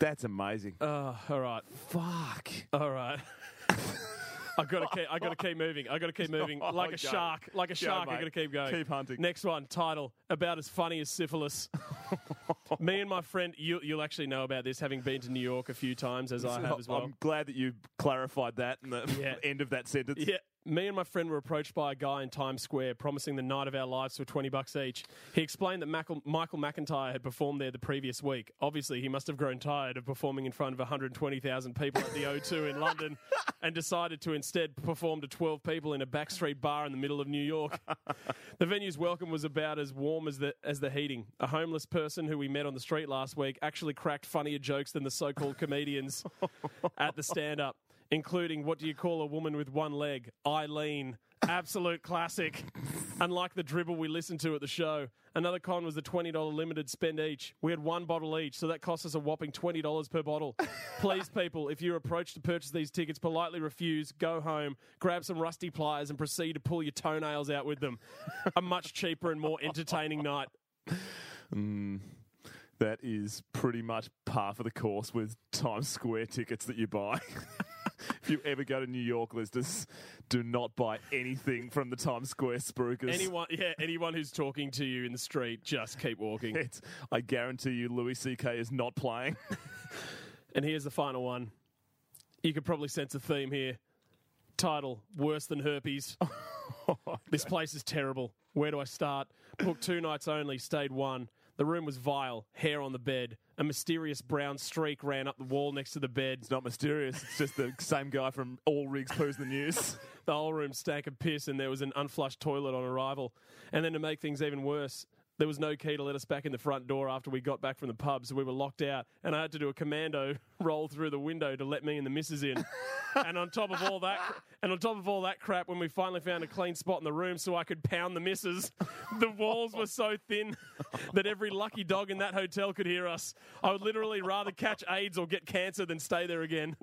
S2: that's amazing.
S3: Uh, all right. *laughs*
S2: Fuck.
S3: All right. I gotta keep. I gotta keep moving.
S2: *laughs*
S3: I gotta keep moving like
S2: Go.
S3: a shark. Like a
S2: Go,
S3: shark. I
S2: Oh mate.
S3: gotta keep going.
S2: Keep hunting.
S3: Next one. Title: About as funny
S2: *laughs*
S3: as syphilis. Me and my friend. You, you'll actually know about this, having been to New York a few times, as I
S2: *laughs*
S3: have as well.
S2: I'm glad that you clarified that in the
S3: *laughs* Yeah.
S2: *laughs* end of that sentence.
S3: Yeah. Me and my friend were approached by a guy in Times Square promising the night of our lives for 20 bucks each. He explained that Mackle- Michael McIntyre had performed there the previous week. Obviously, he must have grown tired of performing in front of 120,000 people at the O2 in London and decided to instead perform to 12 people in a backstreet bar in the middle of New York. The venue's welcome was about as warm as the as the heating. A homeless person who we met on the street last week actually cracked funnier jokes than the so-called comedians at the stand-up, including what do you call a woman with one leg? Eileen. Absolute classic. Unlike the dribble we listened to at the show, another con was the $20 limited spend each. We had one bottle each, so that cost us a whopping $20 per bottle. Please, people, if you're approached to purchase these tickets, politely refuse, go home, grab some rusty pliers, and proceed to pull your toenails out with them. A much cheaper and more entertaining night.
S2: That is pretty much par for the course with Times Square tickets that you buy. *laughs* if you ever go to New York, listeners, do not buy anything from the Times Square spookers.
S3: Anyone, yeah, anyone who's talking to you in the street, just keep walking.
S2: It's, I guarantee you, Louis C.K. is not
S3: *laughs*
S2: playing.
S3: And here's the final one. You could probably sense a theme here. Title Worse
S2: *laughs*
S3: Than Herpes. This place is terrible. Where do I start? Booked two nights only, stayed one. The room was vile, hair on the bed. A mysterious brown streak ran up the wall next to the bed.
S2: It's not mysterious. It's just the same guy from All Rigs Poos the
S3: *laughs*
S2: News.
S3: The whole room stank of piss, and there was an unflushed toilet on arrival. And then to make things even worse, there was no key to let us back in the front door after we got back from the pub, so we were locked out. And I had to do a commando *laughs* roll through the window to let me and the missus in. and on top of all that, and on top of all that crap, when we finally found a clean spot in the room so I could pound the missus, *laughs* the walls were so thin *laughs* that every lucky dog in that hotel could hear us. I would literally rather catch AIDS or get cancer than stay there again.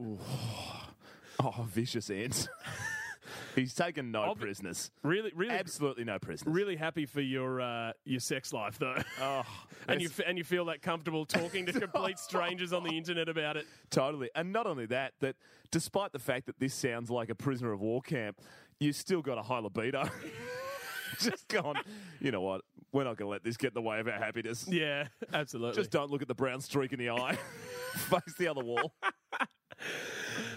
S2: Oh, vicious ants. *laughs* He's taken no prisoners.
S3: Really, really,
S2: Absolutely no prisoners.
S3: really happy for your uh, your sex life though.
S2: Oh,
S3: *laughs* and you f- and you feel that comfortable
S2: *laughs*
S3: talking to complete strangers on the internet about it.
S2: Totally. And not only that, that despite the fact that this sounds like a prisoner of war camp, you still got a high libido. *laughs* Just gone, you know what? We're not going to let this get in the way of our happiness.
S3: Yeah, absolutely.
S2: Just don't look at the brown streak in the eye. *laughs* Face the other wall.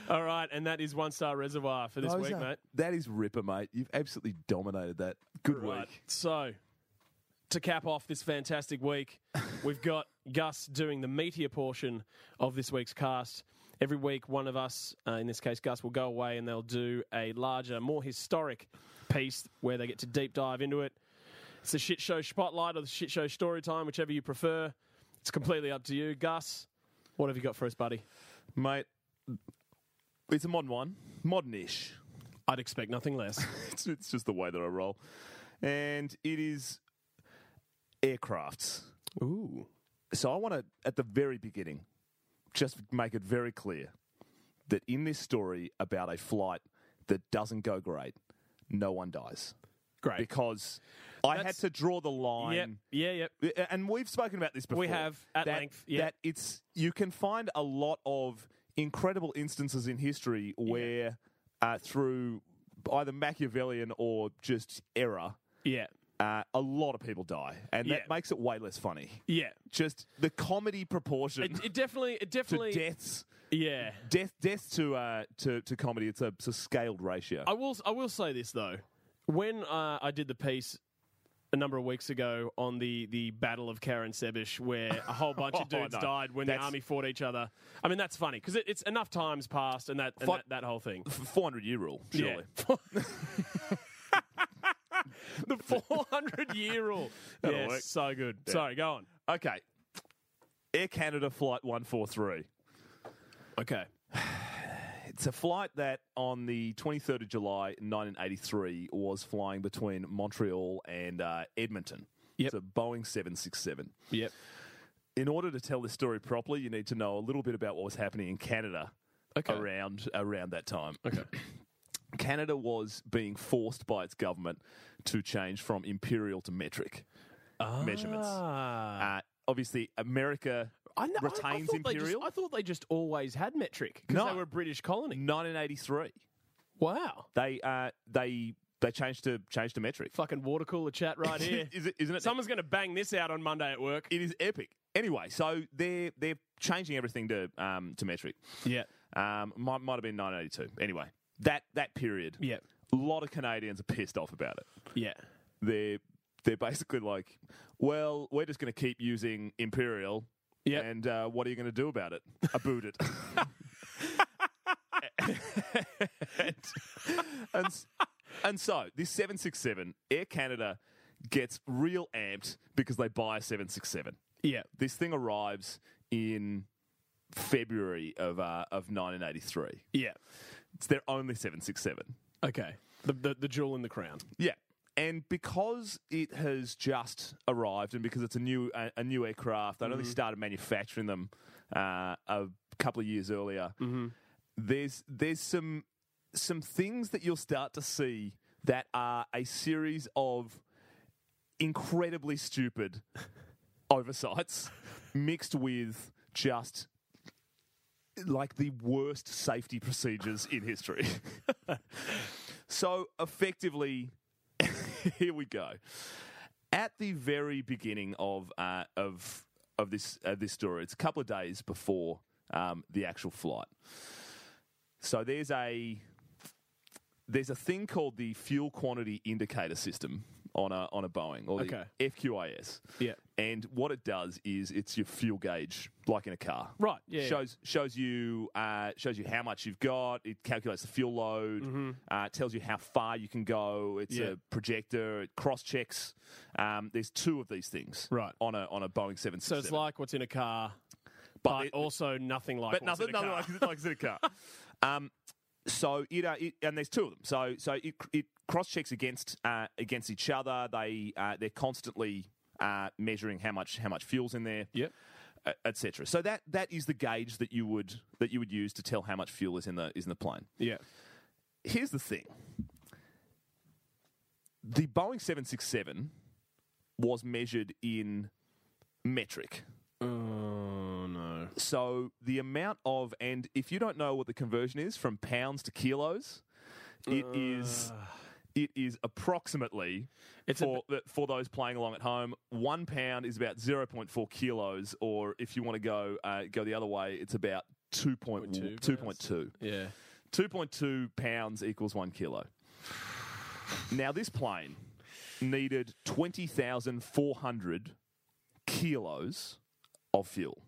S3: All right, and that is one star reservoir for *laughs* this week, mate.
S2: That Oh, is Ripper, mate. You've absolutely dominated that. Good
S3: Right.
S2: week.
S3: So, to cap off this fantastic *laughs* week, we've got Gus doing the meteor portion of this week's cast. Every week, one of us, uh, in this case Gus, will go away and they'll do a larger, more historic piece where they get to deep dive into it. It's the shit show spotlight or the shit show story time, whichever you prefer. It's completely up to you, Gus. What have you got for us, buddy?
S2: Mate, it's a modern one, modern ish.
S3: I'd expect nothing less.
S2: It's, it's just the way that I roll. And it is aircrafts.
S3: Ooh.
S2: So I want to, at the very beginning, just make it very clear that in this story about a flight that doesn't go great, no one dies.
S3: *laughs* Great.
S2: Because I had
S3: That's-
S2: to draw the
S3: Yep.
S2: line.
S3: Yeah, yep.
S2: And we've spoken about this before.
S3: We have, at
S2: that,
S3: length, yeah.
S2: That it's you can find a lot of incredible instances in history where, uh, through either Machiavellian or just error,
S3: Yeah.
S2: uh, a lot of people die, and
S3: Yeah.
S2: that makes it way less funny.
S3: Yeah.
S2: Just the comedy proportion
S3: It, it definitely, it
S2: to
S3: definitely,
S2: deaths,
S3: yeah.
S2: death, death to uh, to to comedy. It's a, it's a scaled ratio.
S3: I will. I will say this though, when uh, I did the piece a number of weeks ago on the the Battle of Karen Sebish, where
S2: *laughs*
S3: a whole bunch of
S2: Oh,
S3: dudes
S2: no.
S3: died when the
S2: That's-
S3: army fought each other. I mean, that's funny because it, it's enough times passed and that and
S2: Fuck-
S3: that, that whole thing.
S2: Four hundred year rule, surely.
S3: Yeah.
S2: *laughs*
S3: the 400 year rule.
S2: That'll
S3: Yes,
S2: work.
S3: so good. Sorry, go on.
S2: Okay, Air Canada flight one four three.
S3: Okay.
S2: It's a flight that on the 23rd of July 1983 was flying between Montreal and uh, Edmonton.
S3: Yep.
S2: It's a Boeing 767.
S3: Yep.
S2: In order to tell this story properly, you need to know a little bit about what was happening in Canada
S3: Okay.
S2: around around that time.
S3: Okay.
S2: Canada was being forced by its government to change from imperial to metric measurements.
S3: *laughs* Ah.
S2: Uh, obviously, America
S3: I know, I-
S2: retains
S3: I, thought they just-
S2: imperial.
S3: I thought they just always had metric because
S2: No.
S3: they were a British colony.
S2: 1983.
S3: Wow.
S2: They uh, they they changed to change to metric.
S3: Fucking water cooler
S2: *laughs*
S3: chat right here.
S2: Is it, isn't it?
S3: Someone's going to bang this out on Monday at work.
S2: it is epic. Anyway, so they're they're changing everything to um, to metric.
S3: Yeah.
S2: Um, might might have been 1982. Anyway, that that period.
S3: Yeah.
S2: A lot of Canadians are pissed off about it.
S3: Yeah.
S2: They're they're basically like, well, we're just going to keep using Imperial.
S3: Yep.
S2: And uh, what are you going to do about it? I boot it. *laughs* and, and, s- and so this 767, Air Canada gets real amped because they buy a 767
S3: Yeah.
S2: this thing arrives in February of uh, of 1983.
S3: Yeah.
S2: It's their only 767.
S3: Okay. The, the, the jewel in the crown.
S2: Yeah. And because it has just arrived, and because it's a new a, a new aircraft, they only started manufacturing them uh, a couple of years earlier. There's there's some some things that you'll start to see that are a series of incredibly stupid oversights mixed with just like the worst safety procedures in history. *laughs* so effectively, *laughs* here we go. At the very beginning of uh, of of this uh, this story, it's a couple of days before um, the actual flight. So there's a there's a thing called the fuel quantity indicator system on a on a Boeing or the
S3: Okay.
S2: FQIS.
S3: Yeah.
S2: And what it does is it's your fuel gauge, like in a car.
S3: Right, yeah,
S2: Shows shows you uh, shows you how much you've got. It calculates the fuel load. Uh, tells you how far you can go. It's
S3: Mm-hmm. Yeah.
S2: a projector. It cross checks. Um, there's two of these things.
S3: Right.
S2: On a on a Boeing seven.
S3: So it's like what's in a car, but,
S2: it-
S3: also nothing like
S2: but
S3: what's
S2: nothing,
S3: in a
S2: nothing
S3: car.
S2: like, like it's in a
S3: *laughs*
S2: car. um, so you know, it, and there's two of them. So so it, it cross checks against uh, against each other. They uh, they're constantly uh, measuring how much how much fuel's in there.
S3: Yep.
S2: Etc. uh, So that that is the gauge that you would that you would use to tell how much fuel is in the is in the plane.
S3: Yeah.
S2: Here's the thing: the Boeing seven six seven was measured in metric.
S3: Oh, no.
S2: So the amount of, and if you don't know what the conversion is from pounds to kilos, it is it is approximately
S3: It's a
S2: for th- for those playing along at home. One pound is about zero point four kilos, or if you want to go uh, go the other way, it's about 2.2
S3: 2.2
S2: 2.2.
S3: Yeah.
S2: 2.2 pounds equals one kilo. Now this plane needed twenty thousand four hundred kilos of fuel.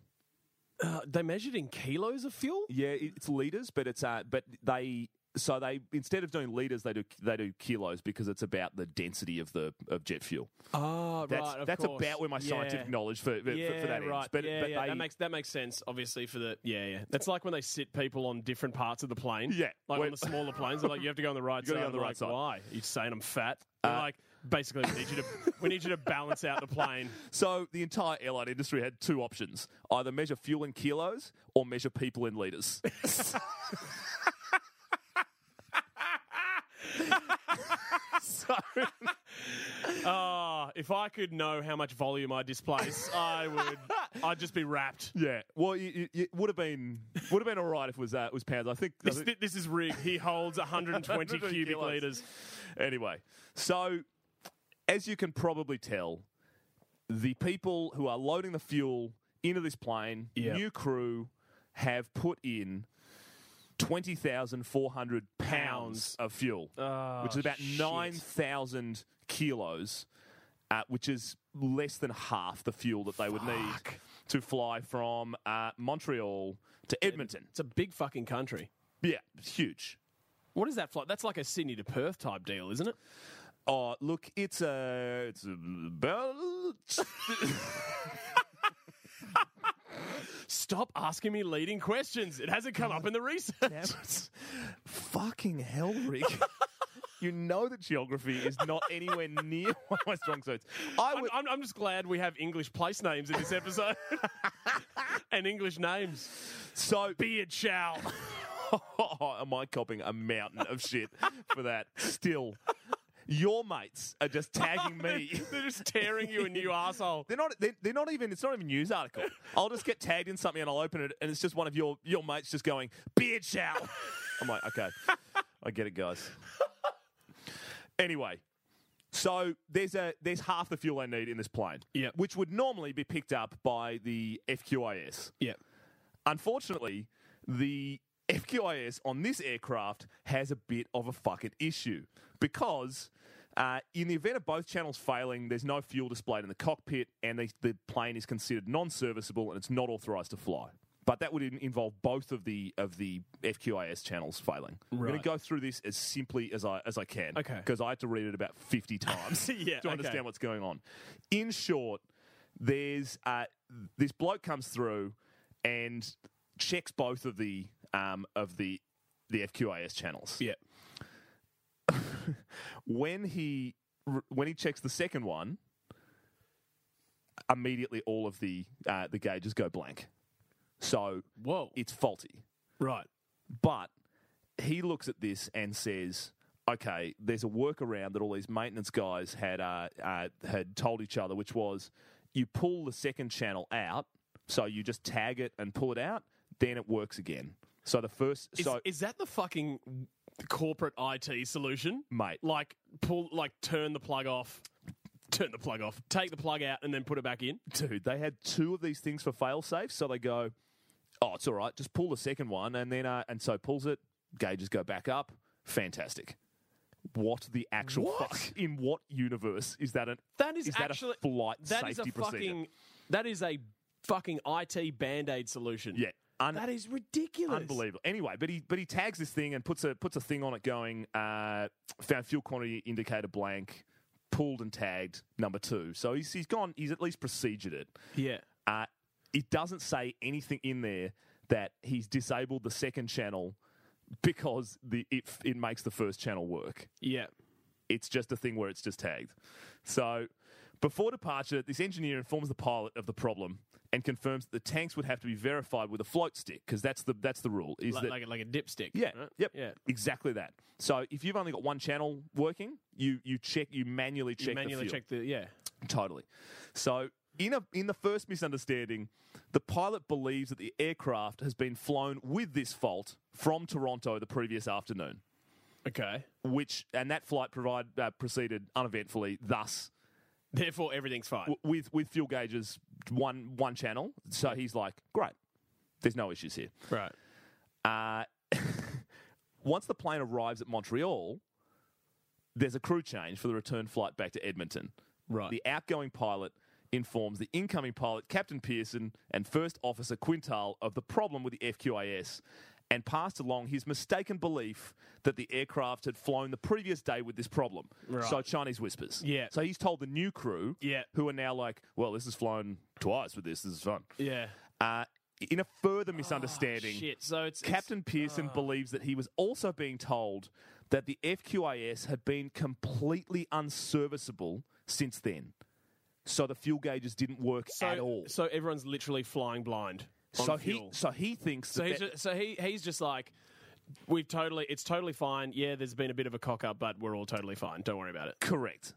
S3: Uh, they measured in kilos of fuel?
S2: Yeah, it- it's liters, but it's uh, but they so they instead of doing liters, they do they do kilos because it's about the density of the of jet fuel.
S3: Oh,
S2: That's
S3: right. Of
S2: that's
S3: course.
S2: about where my
S3: Yeah.
S2: scientific knowledge for for,
S3: yeah,
S2: for, for that
S3: right.
S2: ends. But
S3: yeah,
S2: but
S3: yeah.
S2: they
S3: that makes that makes sense. Obviously, for the yeah, yeah. That's like when they sit people on different parts of the plane.
S2: Yeah.
S3: like
S2: Wait.
S3: on the smaller planes, they're like you have to go on the
S2: *laughs*
S3: right
S2: You gotta
S3: side.
S2: go on the
S3: They're
S2: right
S3: like,
S2: side. Uh,
S3: Why? You saying I'm fat? They're like basically, we need you to *laughs* we need you to balance out the
S2: *laughs*
S3: plane.
S2: so the entire airline industry had two options: either measure fuel in kilos or measure people in
S3: *laughs*
S2: liters. so
S3: Ah, if I could know how much volume
S2: *laughs*
S3: I displace, I would. I'd just be wrapped.
S2: yeah, well, it, it- it would have been would have been all right if it was uh, it was pounds. I think I
S3: This,
S2: think-
S3: thi- this is rigged. He
S2: *laughs*
S3: holds 120 cubic
S2: kilos.
S3: liters.
S2: Anyway, so as you can probably tell, the people who are loading the fuel into this plane,
S3: Yeah.
S2: new crew, have put in 20,400 pounds
S3: Pounds. Ah,
S2: of fuel, which is about 9,000 kilos, uh, which is less than half the fuel that they would need to fly from uh, Montreal to Edmonton.
S3: It's a big fucking country.
S2: Yeah, it's huge.
S3: What is that flight? That's like a Sydney to Perth type deal, isn't it?
S2: Oh, look, it's a it's about
S3: Stop asking me leading questions. It hasn't come up in the research.
S2: fucking hell, *laughs* Rick. you know that geography is not anywhere near *laughs* one of my strong suits. I
S3: I'm,
S2: would.
S3: I'm, I'm just glad we have English place names in
S2: *laughs*
S3: this episode and English names.
S2: So
S3: Beard chow.
S2: *laughs* am I copping a mountain of shit for that? Still, your mates are just tagging *laughs* me.
S3: They're just tearing you a new asshole.
S2: They're not. They're, they're not even. It's not even a news article. I'll just get tagged in something and I'll open it, and it's just one of your your mates just going beard shout. I'm like, okay, I get it, guys. anyway, so there's a there's half the fuel they need in this plane,
S3: Yep.
S2: which would normally be picked up by the FQIS.
S3: Yeah.
S2: Unfortunately, the FQIS on this aircraft has a bit of a fucking issue because. Uh, in the event of both channels failing, there's no fuel displayed in the cockpit, and they, the plane is considered non-serviceable and it's not authorized to fly. But that would in- involve both of the of the FQIS channels failing. I'm going
S3: Right.
S2: to go through this as simply as I as I can,
S3: Okay.
S2: Because I had to read it about
S3: *laughs*
S2: fifty times
S3: Yeah,
S2: to
S3: okay.
S2: understand what's going on. In short, there's uh, this bloke comes through and checks both of the um, of the the FQIS channels.
S3: Yeah.
S2: When he r- when he checks the second one, immediately all of the uh, the gauges go blank. So
S3: Whoa.
S2: it's faulty.
S3: Right.
S2: But he looks at this and says, "Okay, there's a workaround that all these maintenance guys had uh, uh, had told each other, which was you pull the second channel out, so you just tag it and pull it out, then it works again. So the first,
S3: Is,
S2: so
S3: is that the fucking corporate IT solution?
S2: mate,
S3: Like pull like turn the plug off. Turn the plug off. Take the plug out and then put it back in.
S2: dude, they had two of these things for fail safes, so they go, oh, it's all right, just pull the second one, and then uh, and so pulls it, gauges go back up, fantastic." What the actual
S3: What?
S2: fuck? In what universe is that? An,
S3: That is,
S2: is that
S3: actually
S2: a flight
S3: that
S2: safety
S3: is a
S2: procedure?
S3: fucking that is a fucking IT band aid solution.
S2: Yeah, un-
S3: That is ridiculous.
S2: unbelievable. Anyway, but he but he tags this thing and puts a puts a thing on it going uh, found fuel quantity indicator blank, pulled and tagged number two. So he's he's gone. He's at least procedured it.
S3: Yeah.
S2: Uh, it doesn't say anything in there that he's disabled the second channel because the it it makes the first channel work.
S3: Yeah.
S2: It's just a thing where it's just tagged. So before departure, this engineer informs the pilot of the problem and confirms that the tanks would have to be verified with a float stick because that's the that's the rule. Is
S3: Like,
S2: that
S3: like, a- like a dipstick.
S2: yeah,
S3: right?
S2: yep,
S3: Yeah.
S2: exactly that. So if you've only got one channel working, you you check you manually check
S3: you manually
S2: the fuel.
S3: check the yeah.
S2: Totally. So in a in the first misunderstanding, the pilot believes that the aircraft has been flown with this fault from Toronto the previous afternoon,
S3: Okay.
S2: which and that flight provide uh, proceeded uneventfully. Thus,
S3: Therefore, everything's fine.
S2: w- with with fuel gauges one one channel. So he's like, great, there's no issues here.
S3: right.
S2: Uh, *laughs* once the plane arrives at Montreal, there's a crew change for the return flight back to Edmonton.
S3: Right.
S2: The outgoing pilot informs the incoming pilot, Captain Pearson, and First Officer Quintal of the problem with the FQAS and passed along his mistaken belief that the aircraft had flown the previous day with this problem. So Chinese whispers.
S3: Yeah.
S2: So he's told the new crew
S3: Yeah.
S2: who are now like, well, this has flown twice with this. This is fun.
S3: yeah. Oh,
S2: Uh, in a further misunderstanding,
S3: Shit. So it's uh. it's-
S2: Captain Pearson believes that he was also being told that the FQIS had been completely unserviceable since then. So the fuel gauges didn't work
S3: so,
S2: at all.
S3: So everyone's literally flying blind. on
S2: So he
S3: fuel.
S2: so he thinks
S3: So
S2: that
S3: he's
S2: that-
S3: just, so he he's just like, we've totally. It's totally fine. Yeah, there's been a bit of a cock up, but we're all totally fine. Don't worry about it.
S2: correct.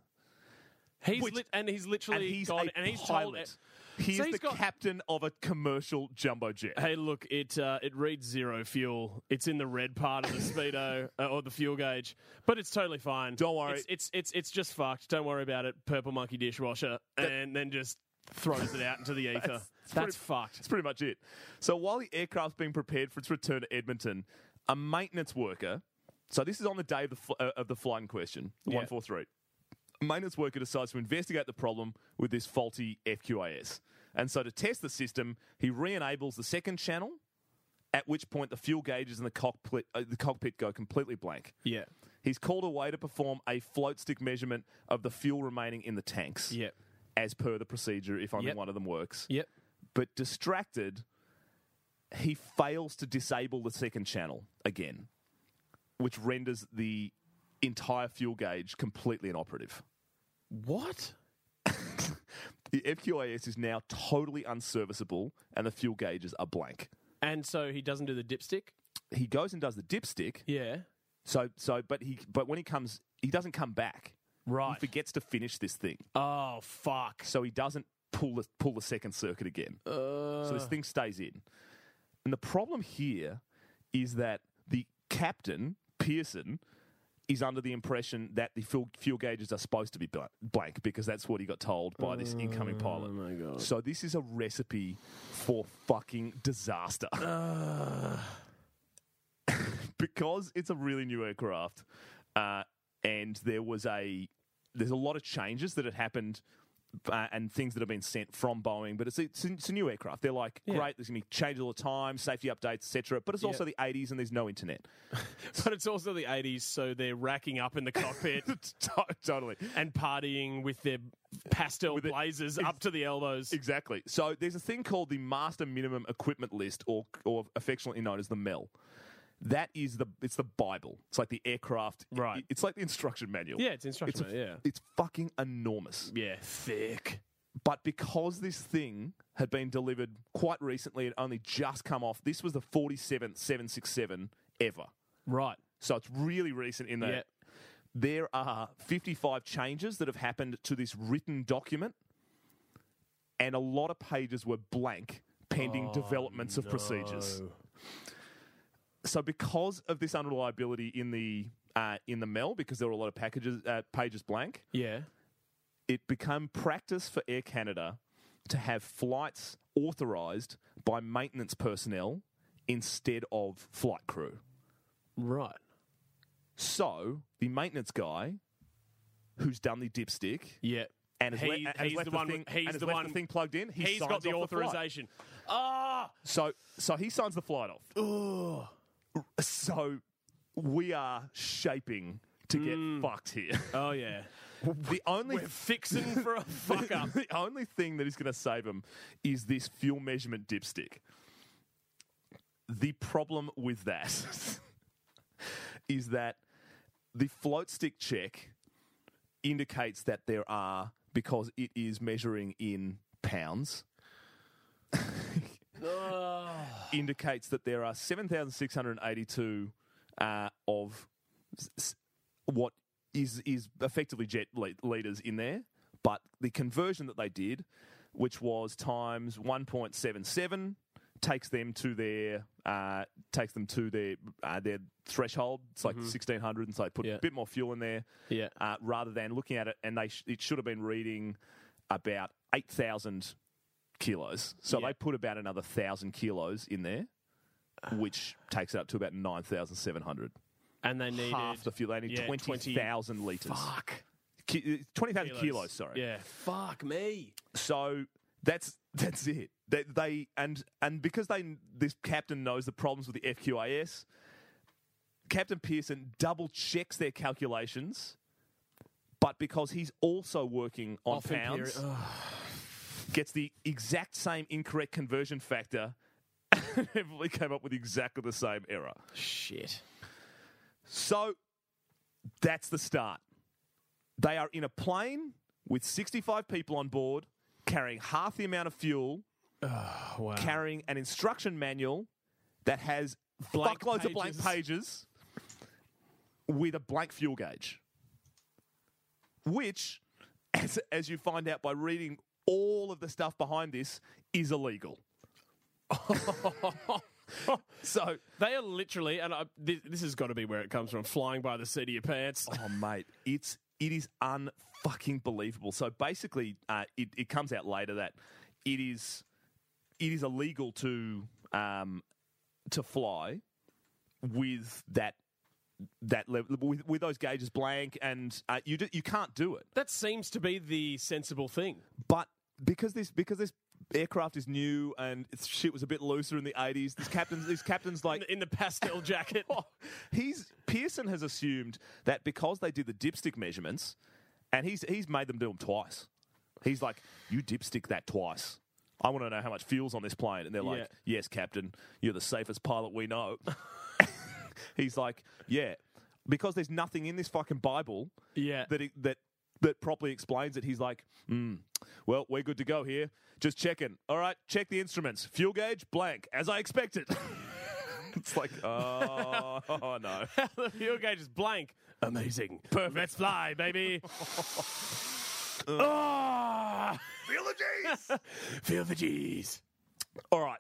S3: He's
S2: Which-
S3: lit, and he's
S2: And
S3: literally
S2: he's
S3: gone
S2: a
S3: and he's told. e-
S2: pilot. He is
S3: he's
S2: the
S3: got-
S2: captain of a commercial jumbo jet.
S3: Hey, look, it uh, it reads zero fuel. It's in the red part of
S2: *laughs*
S3: the speedo uh, or the fuel gauge, but it's totally fine.
S2: Don't worry.
S3: It's it's it's, it's just fucked. Don't worry about it. Purple monkey dishwasher, and then just throws it out
S2: *laughs*
S3: into the ether. That's,
S2: pretty-
S3: fucked.
S2: That's pretty much it. So while the aircraft's being prepared for its return to Edmonton, a maintenance worker. So this is on the day of the fl- uh, of the flight in question, the
S3: Yeah.
S2: one four three. A maintenance worker decides to investigate the problem with this faulty FQAS, and so to test the system, he re-enables the second channel. At which point, the fuel gauges in the cockpit uh, the cockpit go completely blank.
S3: Yeah,
S2: He's called away to perform a float stick measurement of the fuel remaining in the tanks,
S3: Yep.
S2: as per the procedure. If only
S3: Yep.
S2: one of them works,
S3: yep.
S2: but distracted, he fails to disable the second channel again, which renders the entire fuel gauge completely inoperative. *laughs*
S3: What?
S2: The FQAS is now totally unserviceable and the fuel gauges are blank.
S3: And so he doesn't do the dipstick.
S2: He goes and does the dipstick.
S3: Yeah,
S2: So so but he but when he comes he doesn't come back. He
S3: right.
S2: forgets to finish this thing.
S3: Oh
S2: *laughs*
S3: fuck.
S2: So he doesn't pull the pull the second circuit again. So this thing stays in. And the problem here is that the captain, Pearson is under the impression that the fuel, fuel gauges are supposed to be bl- blank because that's what he got told by this incoming pilot.
S3: Oh my God.
S2: So this is a recipe for fucking disaster. because it's a really new aircraft, uh, and there was a there's a lot of changes that had happened. Uh, and things that have been sent from Boeing, but it's it's, it's a new aircraft. They're like, great, there's gonna be changes all the time, safety updates, etc. But it's also the 80s, and there's no internet. *laughs*
S3: But it's also the 80s, so they're racking up in
S2: *laughs*
S3: the cockpit
S2: To- totally.
S3: and partying with their pastel
S2: it-
S3: blazers up to the elbows.
S2: Exactly. So there's a thing called the master minimum equipment list, or or affectionately known as the MEL. That is the it's the Bible. It's like the aircraft.
S3: Right.
S2: it's like the instruction manual.
S3: yeah, it's
S2: It's
S3: instruction,
S2: a-
S3: manual, yeah.
S2: It's fucking enormous.
S3: Yeah, thick.
S2: But because this thing had been delivered quite recently and only just come off, this was the 47th 767 ever.
S3: Right.
S2: So it's really recent in that
S3: Yeah.
S2: there are 55 changes that have happened to this written document, and a lot of pages were blank pending developments of procedures. So, because of this unreliability in the uh, in the mail, because there were a lot of packages uh, pages blank,
S3: Yeah.
S2: it became practice for Air Canada to have flights authorised by maintenance personnel instead of flight crew.
S3: Right.
S2: So the maintenance guy, who's done the dipstick,
S3: Yeah.
S2: and has
S3: He-
S2: le- and has
S3: he's
S2: left
S3: the one
S2: thing,
S3: with- he's
S2: and has
S3: the
S2: left
S3: one-
S2: thing plugged in. He
S3: He's
S2: signs
S3: got the
S2: off flight.
S3: authorization. Ah!
S2: So so he signs the flight off. So we are shaping to get fucked
S3: *laughs*
S2: here.
S3: Oh, yeah.
S2: the only
S3: Fixing for a fuck
S2: *laughs*
S3: up.
S2: the only thing that is going to save him is this fuel measurement dipstick. The problem with that *laughs* is that the float stick check indicates that there are because it is measuring in pounds. indicates that there are 7,682 uh, of s- s- what is is effectively jet le- leaders in there, but the conversion that they did, which was times 1.77, takes them to their uh, takes them to their uh, their threshold. It's like 1,600, and so they put
S3: Mm-hmm. Yeah.
S2: a bit more fuel in there
S3: *laughs* Yeah.
S2: uh, rather than looking at it and they sh- it should have been reading about 8,000 kilos. So
S3: Yeah.
S2: they put about another 1,000 kilos in there, which takes it up to about 9,700.
S3: And they needed.
S2: Half the fuel. They need
S3: yeah,
S2: 20,000 litres.
S3: Fuck.
S2: Ki- uh, 20,000 kilos. sorry.
S3: Yeah. Fuck me.
S2: So that's *laughs* that's it. They, they and and because they this captain knows the problems with the FQAS, Captain Pearson double checks their calculations, but because he's also working on
S3: Off in
S2: pounds,
S3: period-
S2: gets the exact same incorrect conversion factor. *laughs* Everybody came up with exactly the same error.
S3: Shit.
S2: So that's the start. They are in a plane with 65 people on board, carrying half the amount of fuel, Ah,
S3: Wow.
S2: carrying an instruction manual that has
S3: Blank
S2: fuckloads of blank
S3: pages.
S2: pages with a blank fuel gauge. Which, as, as you find out by reading all of the stuff behind this, is illegal. so,
S3: They are literally, and I, this, this has got to be where it comes from, flying by the seat of your pants.
S2: Oh, mate, it's it is unfucking believable. So basically, uh, it, it comes out later that it is it is illegal to um, to fly with that that level with, with those gauges blank, and uh, you do, you can't do it.
S3: That seems to be the sensible thing.
S2: But because this because this aircraft is new and it's, shit was a bit looser in the eighties, this captain's this captain's like
S3: In the, in the *laughs* pastel jacket.
S2: he's Pearson has assumed that because they did the dipstick measurements, and he's he's made them do them twice. He's like, you dipstick that twice. I want to know how much fuel's on this plane, and they're like,
S3: Yeah.
S2: yes, Captain, you're the safest pilot we know. *laughs* he's like, yeah, because there's nothing in this fucking Bible
S3: Yeah.
S2: that it, that that properly explains it. He's like, mm, well, we're good to go here. Just checking. All right, check the instruments. Fuel gauge blank, as I expected. *laughs* it's like, *laughs* oh, oh, no.
S3: *laughs* the fuel gauge is blank. Amazing. Perfect. Let's fly, baby. Ah! Feel the G's.
S2: All right.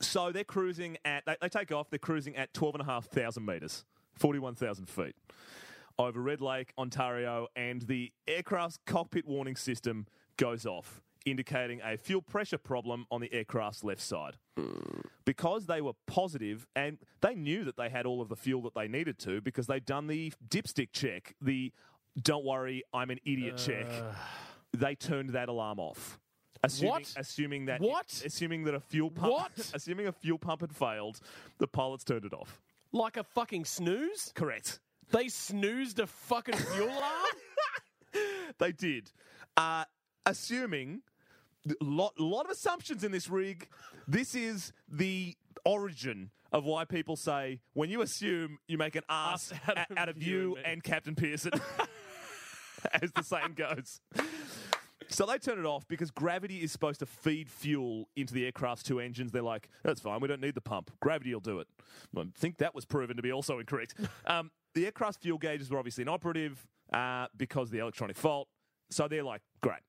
S2: So they're cruising at. They, they take off. They're cruising at twelve and a half thousand meters. 41,000 feet over Red Lake, Ontario, and the aircraft's cockpit warning system goes off, indicating a fuel pressure problem on the aircraft's left side. Because they were positive and they knew that they had all of the fuel that they needed to because they'd done the dipstick check, the don't worry, I'm an idiot check. They turned that alarm off. Assuming,
S3: What?
S2: Assuming that
S3: What?
S2: Assuming that a fuel pump.
S3: What?
S2: *laughs* Assuming a fuel pump had failed, the pilots turned it off.
S3: Like a fucking snooze?
S2: Correct.
S3: They snoozed a fucking *laughs* fuel alarm?
S2: They did. Uh, assuming a lot, lot of assumptions in this rig. This is the origin of why people say when you assume, you make an ass out, of, out of you
S3: me."
S2: and, Captain Pearson, *laughs* as the saying goes. So they turn it off because gravity is supposed to feed fuel into the aircraft's two engines. They're like, that's fine, we don't need the pump. Gravity will do it. I think that was proven to be also
S3: *laughs*
S2: incorrect. Um, the aircraft's fuel gauges were obviously inoperative uh, because of the electronic fault. So they're like, great,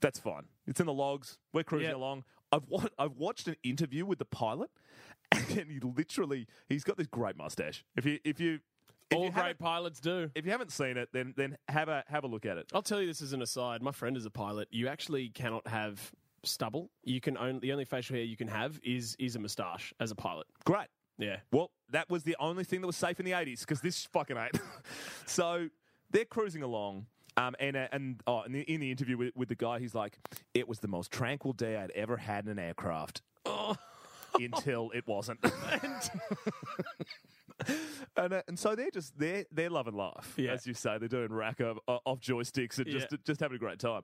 S2: that's fine. It's in the logs. We're cruising
S3: Yeah.
S2: along. I've, wa- I've watched an interview with the pilot, *laughs* and he literally, he's got this great mustache. If you, if you, if
S3: All
S2: you
S3: great
S2: haven't-
S3: pilots do.
S2: if you haven't seen it, then then have a have a look at it.
S3: I'll tell you this as an aside. My friend is a pilot. You actually cannot have stubble. You can only the only facial hair you can have is is a moustache as a pilot.
S2: Great.
S3: *laughs* Yeah.
S2: Well, that was the only thing that was safe in the 80s because this fucking ain't. *laughs* so they're cruising along. Um, and uh, and oh, in, the, in the interview with, with the guy, he's like, it was the most tranquil day I'd ever had in an aircraft. *laughs* Until it wasn't. and, uh, and so they're just, they're, they're loving life.
S3: Yeah.
S2: As you say, they're doing rack of, uh, off joysticks and just,
S3: Yeah.
S2: just having a great time.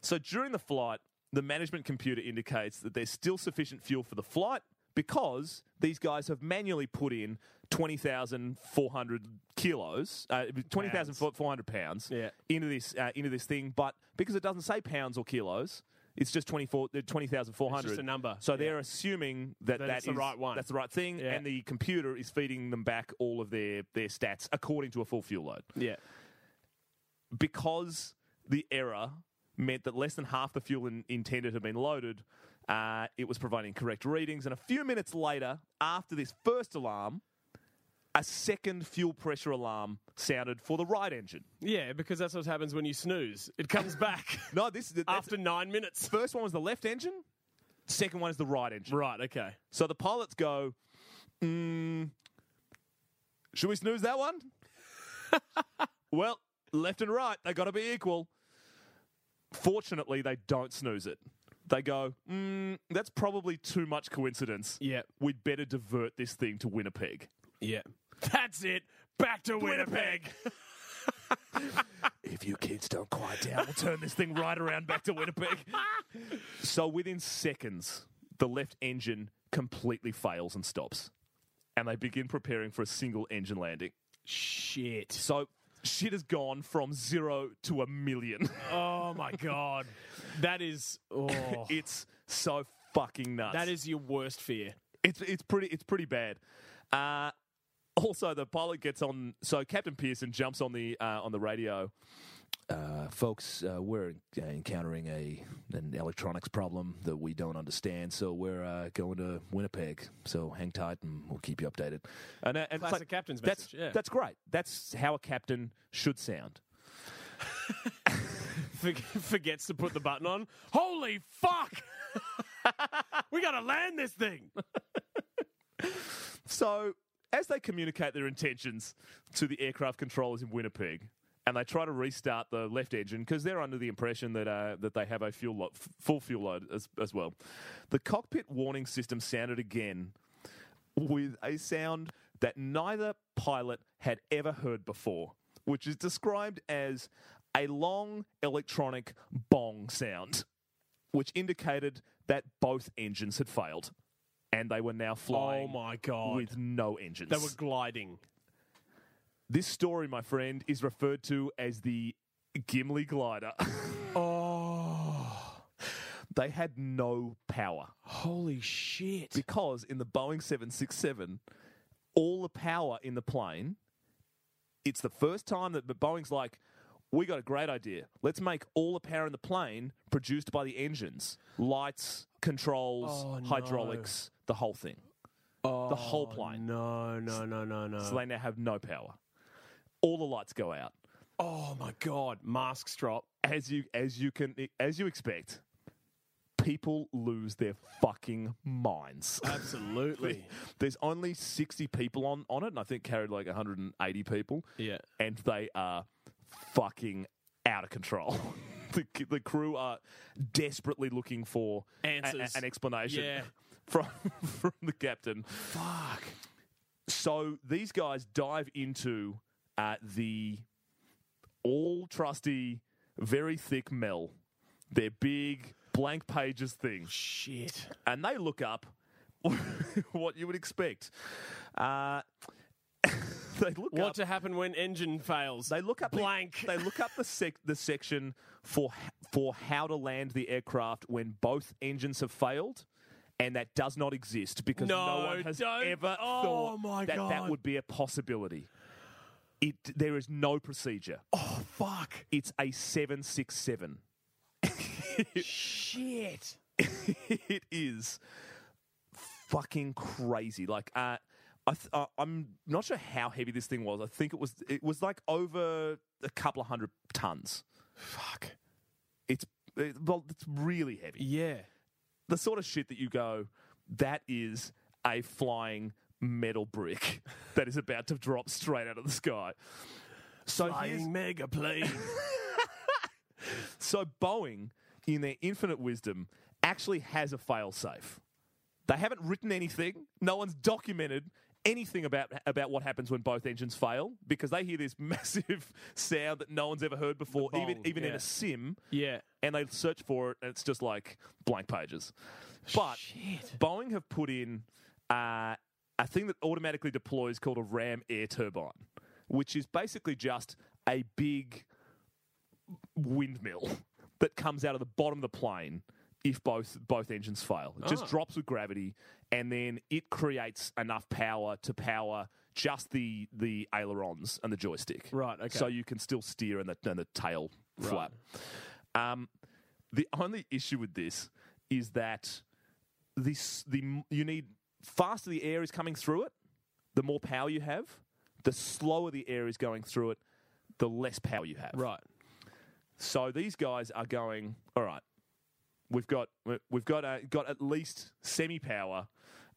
S2: So during the flight, the management computer indicates that there's still sufficient fuel for the flight because these guys have manually put in 20,400 kilos, uh, 20,400 pounds
S3: Yeah.
S2: into this uh, into this thing, but because it doesn't say pounds or kilos, it's just 24 uh, 20,400.
S3: It's just a number.
S2: So
S3: Yeah.
S2: they're assuming that,
S3: That
S2: that
S3: it's the
S2: is-
S3: right one.
S2: That's the right thing
S3: Yeah.
S2: and the computer is feeding them back all of their their stats according to a full fuel load
S3: *laughs* Yeah.
S2: because the error meant that less than half the fuel in, intended had been loaded, uh, it was providing correct readings. And a few minutes later, after this first alarm, a second fuel pressure alarm sounded for the right engine.
S3: Yeah, because that's what happens when you snooze. It *laughs* comes back
S2: No, this that's,
S3: after nine minutes.
S2: first one was the left engine. Second one is the right engine.
S3: *laughs* Right, okay.
S2: So the pilots go, mm, should we snooze that one? well, left and right, they got to be equal. Fortunately, they don't snooze it. They go, mm, that's probably too much coincidence.
S3: Yeah.
S2: We'd better divert this thing to Winnipeg.
S3: Yeah. That's it. Back to Winnipeg.
S2: If you kids don't quiet down, we'll turn this thing right around back to Winnipeg. so within seconds, the left engine completely fails and stops. And they begin preparing for a single engine landing.
S3: Shit.
S2: So shit has gone from zero to a million.
S3: *laughs* Oh my god. That is *laughs* oh
S2: *laughs* it's so fucking nuts.
S3: that is your worst fear.
S2: it's it's pretty it's pretty bad. Uh, also, the pilot gets on. So Captain Pearson jumps on the uh, on the radio. Uh, folks, uh, we're uh, encountering a an electronics problem that we don't understand, so we're uh, going to Winnipeg. So hang tight, and we'll keep you updated. And, uh, and it's
S3: Classic captain's
S2: that's,
S3: message, yeah.
S2: That's great. That's how a captain should sound.
S3: Forg- *laughs* Forgets to put the button on. Holy fuck! *laughs* we gotta land this thing. Oh
S2: So, as they communicate their intentions to the aircraft controllers in Winnipeg, and they try to restart the left engine because they're under the impression that uh, that they have a fuel lo- f- full fuel load as, as well. The cockpit warning system sounded again with a sound that neither pilot had ever heard before, which is described as a long electronic bong sound, which indicated that both engines had failed and they were now flying
S3: Oh my god.
S2: with no engines.
S3: they were gliding.
S2: This story, my friend, is referred to as the Gimli glider.
S3: Oh,
S2: *laughs* they had no power
S3: holy shit.
S2: because in the Boeing 767, all the power in the plane, it's the first time that the Boeing's like, we got a great idea. Let's make all the power in the plane produced by the engines, lights, controls,
S3: Oh, no.
S2: hydraulics, the whole thing. the whole plane.
S3: No, no, no, no, no.
S2: So they now have no power. All the lights go out.
S3: oh my god, masks drop.
S2: As you as you can as you expect, people lose their fucking minds.
S3: Absolutely.
S2: *laughs* There's only 60 people on, on it, and I think carried like 180 people.
S3: *laughs* Yeah.
S2: And they are fucking out of control. *laughs* the, the crew are desperately looking for a- a-
S3: Answers.
S2: an explanation
S3: Yeah.
S2: *laughs* from, from the captain.
S3: Fuck.
S2: So these guys dive into uh, the all trusty, very thick Mel, their big blank pages thing
S3: Shit.
S2: and they look up *laughs* what you would expect. Uh, *laughs* they look
S3: What
S2: up.
S3: to happen when engine fails?
S2: They look up the-
S3: blank.
S2: they look up the sec- the section for h- for how to land the aircraft when both engines have failed. And that does not exist because no,
S3: No,
S2: one has
S3: don't-
S2: ever
S3: oh
S2: thought
S3: my
S2: that that
S3: God.
S2: would be a possibility. It there is no procedure.
S3: oh fuck.
S2: It's a seven six seven.
S3: Shit.
S2: *laughs* it is fucking crazy. Like, uh, I th- uh, I'm not sure how heavy this thing was. I think it was it was like over a couple of hundred tons.
S3: Fuck.
S2: It's it, well, it's really heavy.
S3: Yeah.
S2: The sort of shit that you go, that is a flying metal brick that is about to drop straight out of the sky. So here's,
S3: Flying mega plane.
S2: So Boeing, in their infinite wisdom, actually has a failsafe. They haven't written anything. No one's documented anything about about what happens when both engines fail because they hear this *laughs* massive sound that no one's ever heard before,
S3: The
S2: even
S3: bong,
S2: even in
S3: yeah.
S2: a sim.
S3: *laughs* yeah.
S2: And they search for it, and it's just like blank pages. But Boeing have put in uh, a thing that automatically deploys called a Ram air turbine, which is basically just a big windmill *laughs* that comes out of the bottom of the plane if both both engines fail. It
S3: Ah.
S2: just drops with gravity, and then it creates enough power to power just the the ailerons and the joystick.
S3: Right, okay.
S2: So you can still steer and the and the tail flap. Um, the only issue with this is that this the m- you need faster the air is coming through it, the more power you have. The slower the air is going through it, the less power you have.
S3: Right.
S2: So these guys are going. All right, we've got we- we've got uh, got at least semi power,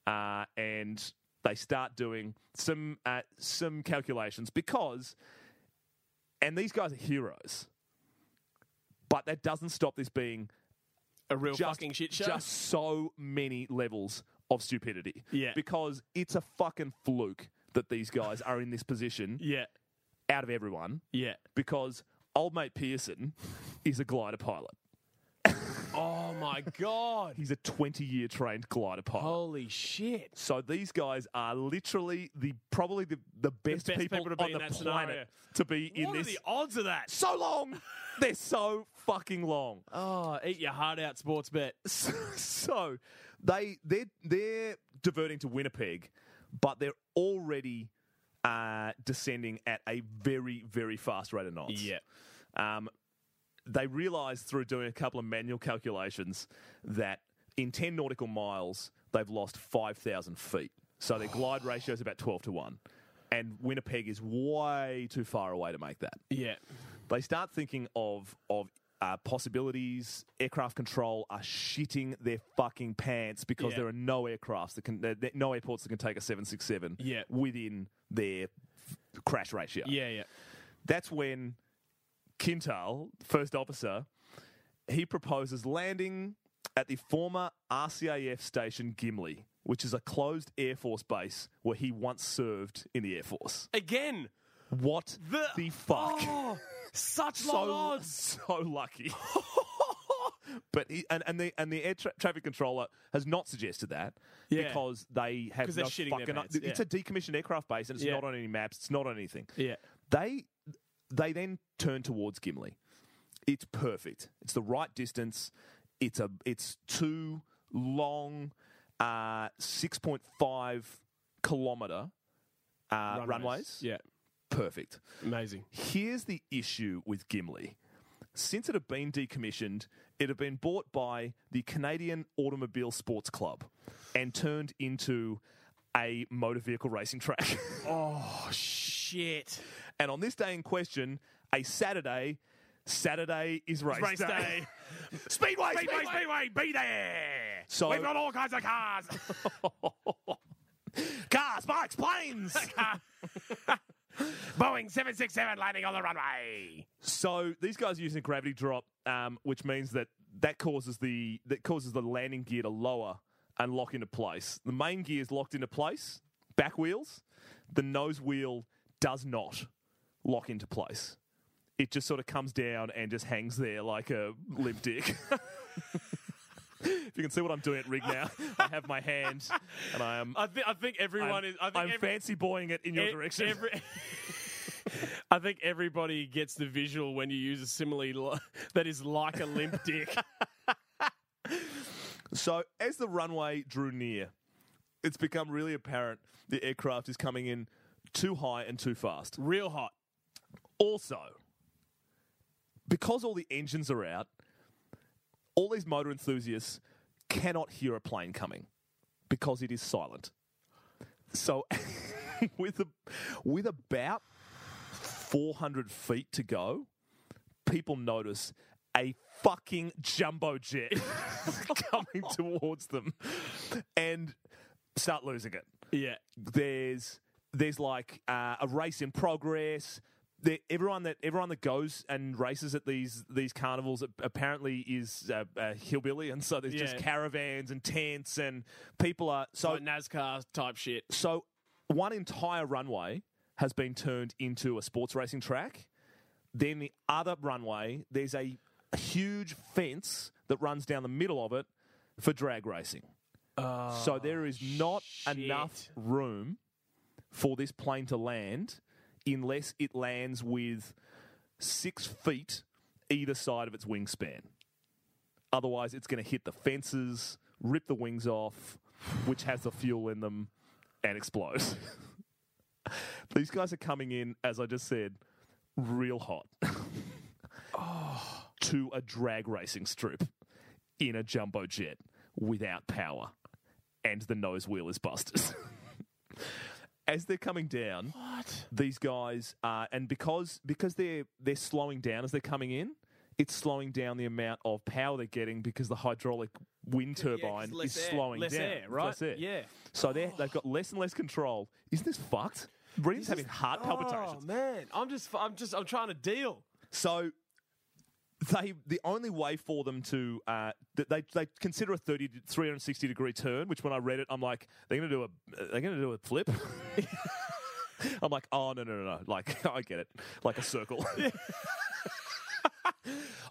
S2: uh, and they start doing some uh, some calculations because, and these guys are heroes, but that doesn't stop this being
S3: A real
S2: just
S3: fucking shit show.
S2: just so many levels of stupidity.
S3: Yeah.
S2: because it's a fucking fluke that these guys are in this
S3: *laughs*
S2: position
S3: yeah.
S2: out of everyone
S3: Yeah.
S2: because old mate Pearson is a glider pilot.
S3: Oh my god.
S2: He's a 20 year trained glider pilot.
S3: *laughs* Holy shit.
S2: So these guys are literally the probably the, the best,
S3: best
S2: people,
S3: people to be
S2: on
S3: in
S2: the
S3: that
S2: planet
S3: scenario.
S2: to be in
S3: what
S2: this.
S3: are the odds of that?
S2: so
S3: *laughs*
S2: long! They're so fucking long. *laughs*
S3: Oh, eat your heart out, sports bet.
S2: So, so they they're they're diverting to Winnipeg, but they're already uh, descending at a very very fast rate of knots. Um, they realised through doing a couple of manual calculations that in 10 nautical miles, they've lost 5,000 feet. So their glide ratio is about 12 to 1. And Winnipeg is way too far away to make that.
S3: Yeah.
S2: They start thinking of, of uh, possibilities. Aircraft control are shitting their fucking pants because
S3: Yeah.
S2: there are no aircrafts that can, there- there- no airports that can take a 767
S3: Yeah.
S2: within their f- crash ratio
S3: Yeah. Yeah.
S2: that's when Kintal, first officer, he proposes landing at the former RCAF station Gimli, which is a closed Air Force base where he once served in the Air Force.
S3: Again.
S2: What the,
S3: The,
S2: fuck?
S3: Oh, such
S2: so,
S3: long odds.
S2: so lucky. *laughs* but he, and, and the and the air tra- traffic controller has not suggested that
S3: Yeah.
S2: because they have
S3: 'Cause
S2: no
S3: they're shitting their
S2: fucking.
S3: pants,
S2: It's
S3: yeah.
S2: a decommissioned aircraft base and it's
S3: Yeah.
S2: not on any maps. It's not on anything
S3: Yeah.
S2: they they then turn towards Gimli. It's perfect. It's the right distance. It's a it's two long, uh, six point five kilometer uh, runways.
S3: Yeah.
S2: Perfect.
S3: Amazing.
S2: Here's the issue with Gimli. Since it had been decommissioned, it had been bought by the Canadian Automobile Sports Club and turned into a motor vehicle racing track. *laughs*
S3: Oh shit!
S2: and on this day in question, a Saturday, Saturday is race,
S3: Race day.
S2: *laughs* Speedway,
S3: *laughs* Speedway,
S2: Speedway, be there. So
S3: We've got
S2: all kinds of cars. cars, bikes,
S3: *laughs*
S2: planes.
S3: *laughs* Boeing seven six seven landing on the runway.
S2: So these guys are using a gravity drop, um, which means that that causes the that causes the landing gear to lower and lock into place. The main gear is locked into place, back wheels. The nose wheel does not lock into place. It just sort of comes down and just hangs there like a limp dick. *laughs* if you can see what I'm doing at rig now, I have my hand and I am.
S3: I, th- I think everyone
S2: I'm,
S3: is. I think
S2: I'm
S3: every-
S2: fancy boying it in your
S3: e-
S2: direction. *laughs*
S3: every- *laughs* I think everybody gets the visual when you use a simile li- *laughs* that is like a limp dick.
S2: So, as the runway drew near, it's become really apparent the aircraft is coming in too high and too fast.
S3: Real hot.
S2: Also, because all the engines are out, all these motor enthusiasts cannot hear a plane coming because it is silent. So, *laughs* with, a, with about 400 feet to go, people notice a fucking jumbo
S3: *laughs*
S2: jet *laughs* coming towards them and start losing it
S3: Yeah.
S2: there's there's like uh, a race in progress. The, everyone that everyone that goes and races at these these carnivals ap- apparently is uh, uh, hillbilly, and so there's just
S3: Yeah.
S2: caravans and tents and people are so
S3: Like NASCAR type shit.
S2: so one entire runway has been turned into a sports racing track. Then the other runway, there's a huge fence that runs down the middle of it for drag racing. so there is not enough
S3: shit.
S2: room for this plane to land unless it lands with six feet either side of its wingspan. Otherwise, it's going to hit the fences, rip the wings off, which has the fuel in them, and explode. *laughs* These guys are coming in, as I just said, real
S3: *laughs*
S2: hot
S3: Oh.
S2: to a drag racing strip in a jumbo jet without power, and the nose wheel is busted. *laughs* as they're coming down,
S3: What?
S2: these guys are, and because because they're they're slowing down as they're coming in, it's slowing down the amount of power they're getting because the hydraulic wind turbine is slowing
S3: less
S2: down.
S3: air, right?
S2: Less air.
S3: Yeah.
S2: So they they've got less and less control. Isn't this fucked? Reed's having
S3: Oh.
S2: heart palpitations.
S3: man, I'm just, I'm just, I'm trying to deal.
S2: So they the only way for them to uh, th- they they consider a 30 to 360 degree turn. Which when I read it, I'm like, they're gonna do a they're gonna do a flip. *laughs* I'm like, oh no no no no! Like *laughs* I get it, like a circle. *laughs*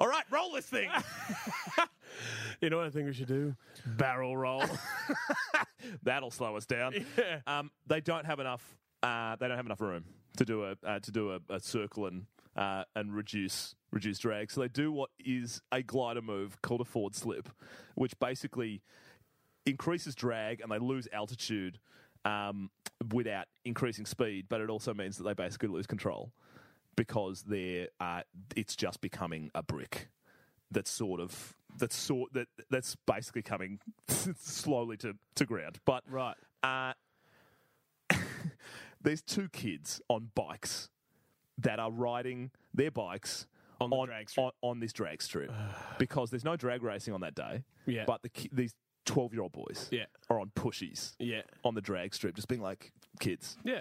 S2: All right, roll this thing.
S3: You know what I think we should do?
S2: Barrel roll. That'll slow us down.
S3: Yeah.
S2: Um, they don't have enough. Uh, they don't have enough room to do a uh, to do a, a circle and uh, and reduce reduce drag. So they do what is a glider move called a forward slip, which basically increases drag and they lose altitude um, without increasing speed. But it also means that they basically lose control because they're uh, it's just becoming a brick that's sort of that's sort that that's basically coming *laughs* slowly to to ground. But
S3: *laughs* Right.
S2: uh, there's two kids on bikes that are riding their bikes
S3: On the drag strip.
S2: on, on this drag
S3: *sighs*
S2: strip because there's no drag racing on that day.
S3: Yeah.
S2: But the ki- these 12 year old boys
S3: Yeah.
S2: are on pushies
S3: Yeah.
S2: on the drag strip, just being like kids.
S3: Yeah.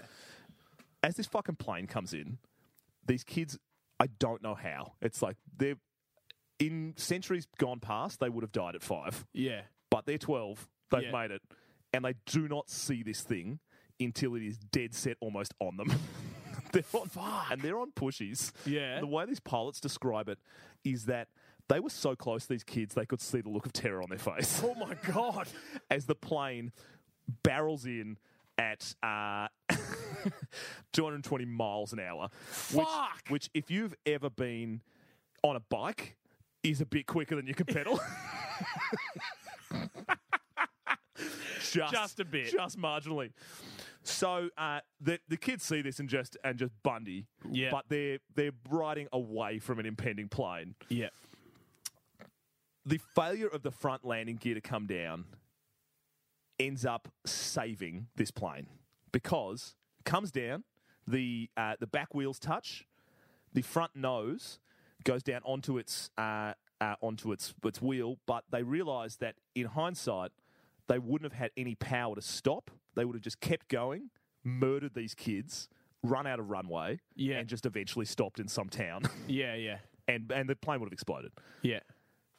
S2: As this fucking plane comes in, these kids, I don't know how. It's like they're in centuries gone past, they would have died at five
S3: Yeah.
S2: but they're 12. They've
S3: Yeah.
S2: made it. And they do not see this thing until it is dead set almost on them. *laughs* they're on, And they're on pushies.
S3: Yeah.
S2: The way these pilots describe it is that they were so close, these kids, they could see the look of terror on their face
S3: Oh my god.
S2: *laughs* as the plane barrels in at uh, *laughs* 220 miles an hour.
S3: Fuck.
S2: Which, which, if you've ever been on a bike, is a bit quicker than you can pedal. just,
S3: Just a bit.
S2: just marginally. So uh, the the kids see this and just and just Bundy,
S3: Yeah.
S2: But they're they're riding away from an impending plane
S3: Yeah.
S2: the failure of the front landing gear to come down ends up saving this plane because it comes down, the uh, the back wheels touch, the front nose goes down onto its uh, uh, onto its its wheel, but they realise that in hindsight they wouldn't have had any power to stop. They would have just kept going, murdered these kids, run out of runway,
S3: Yeah.
S2: and just eventually stopped in some town, *laughs*
S3: Yeah, yeah,
S2: and and the plane would have exploded
S3: yeah.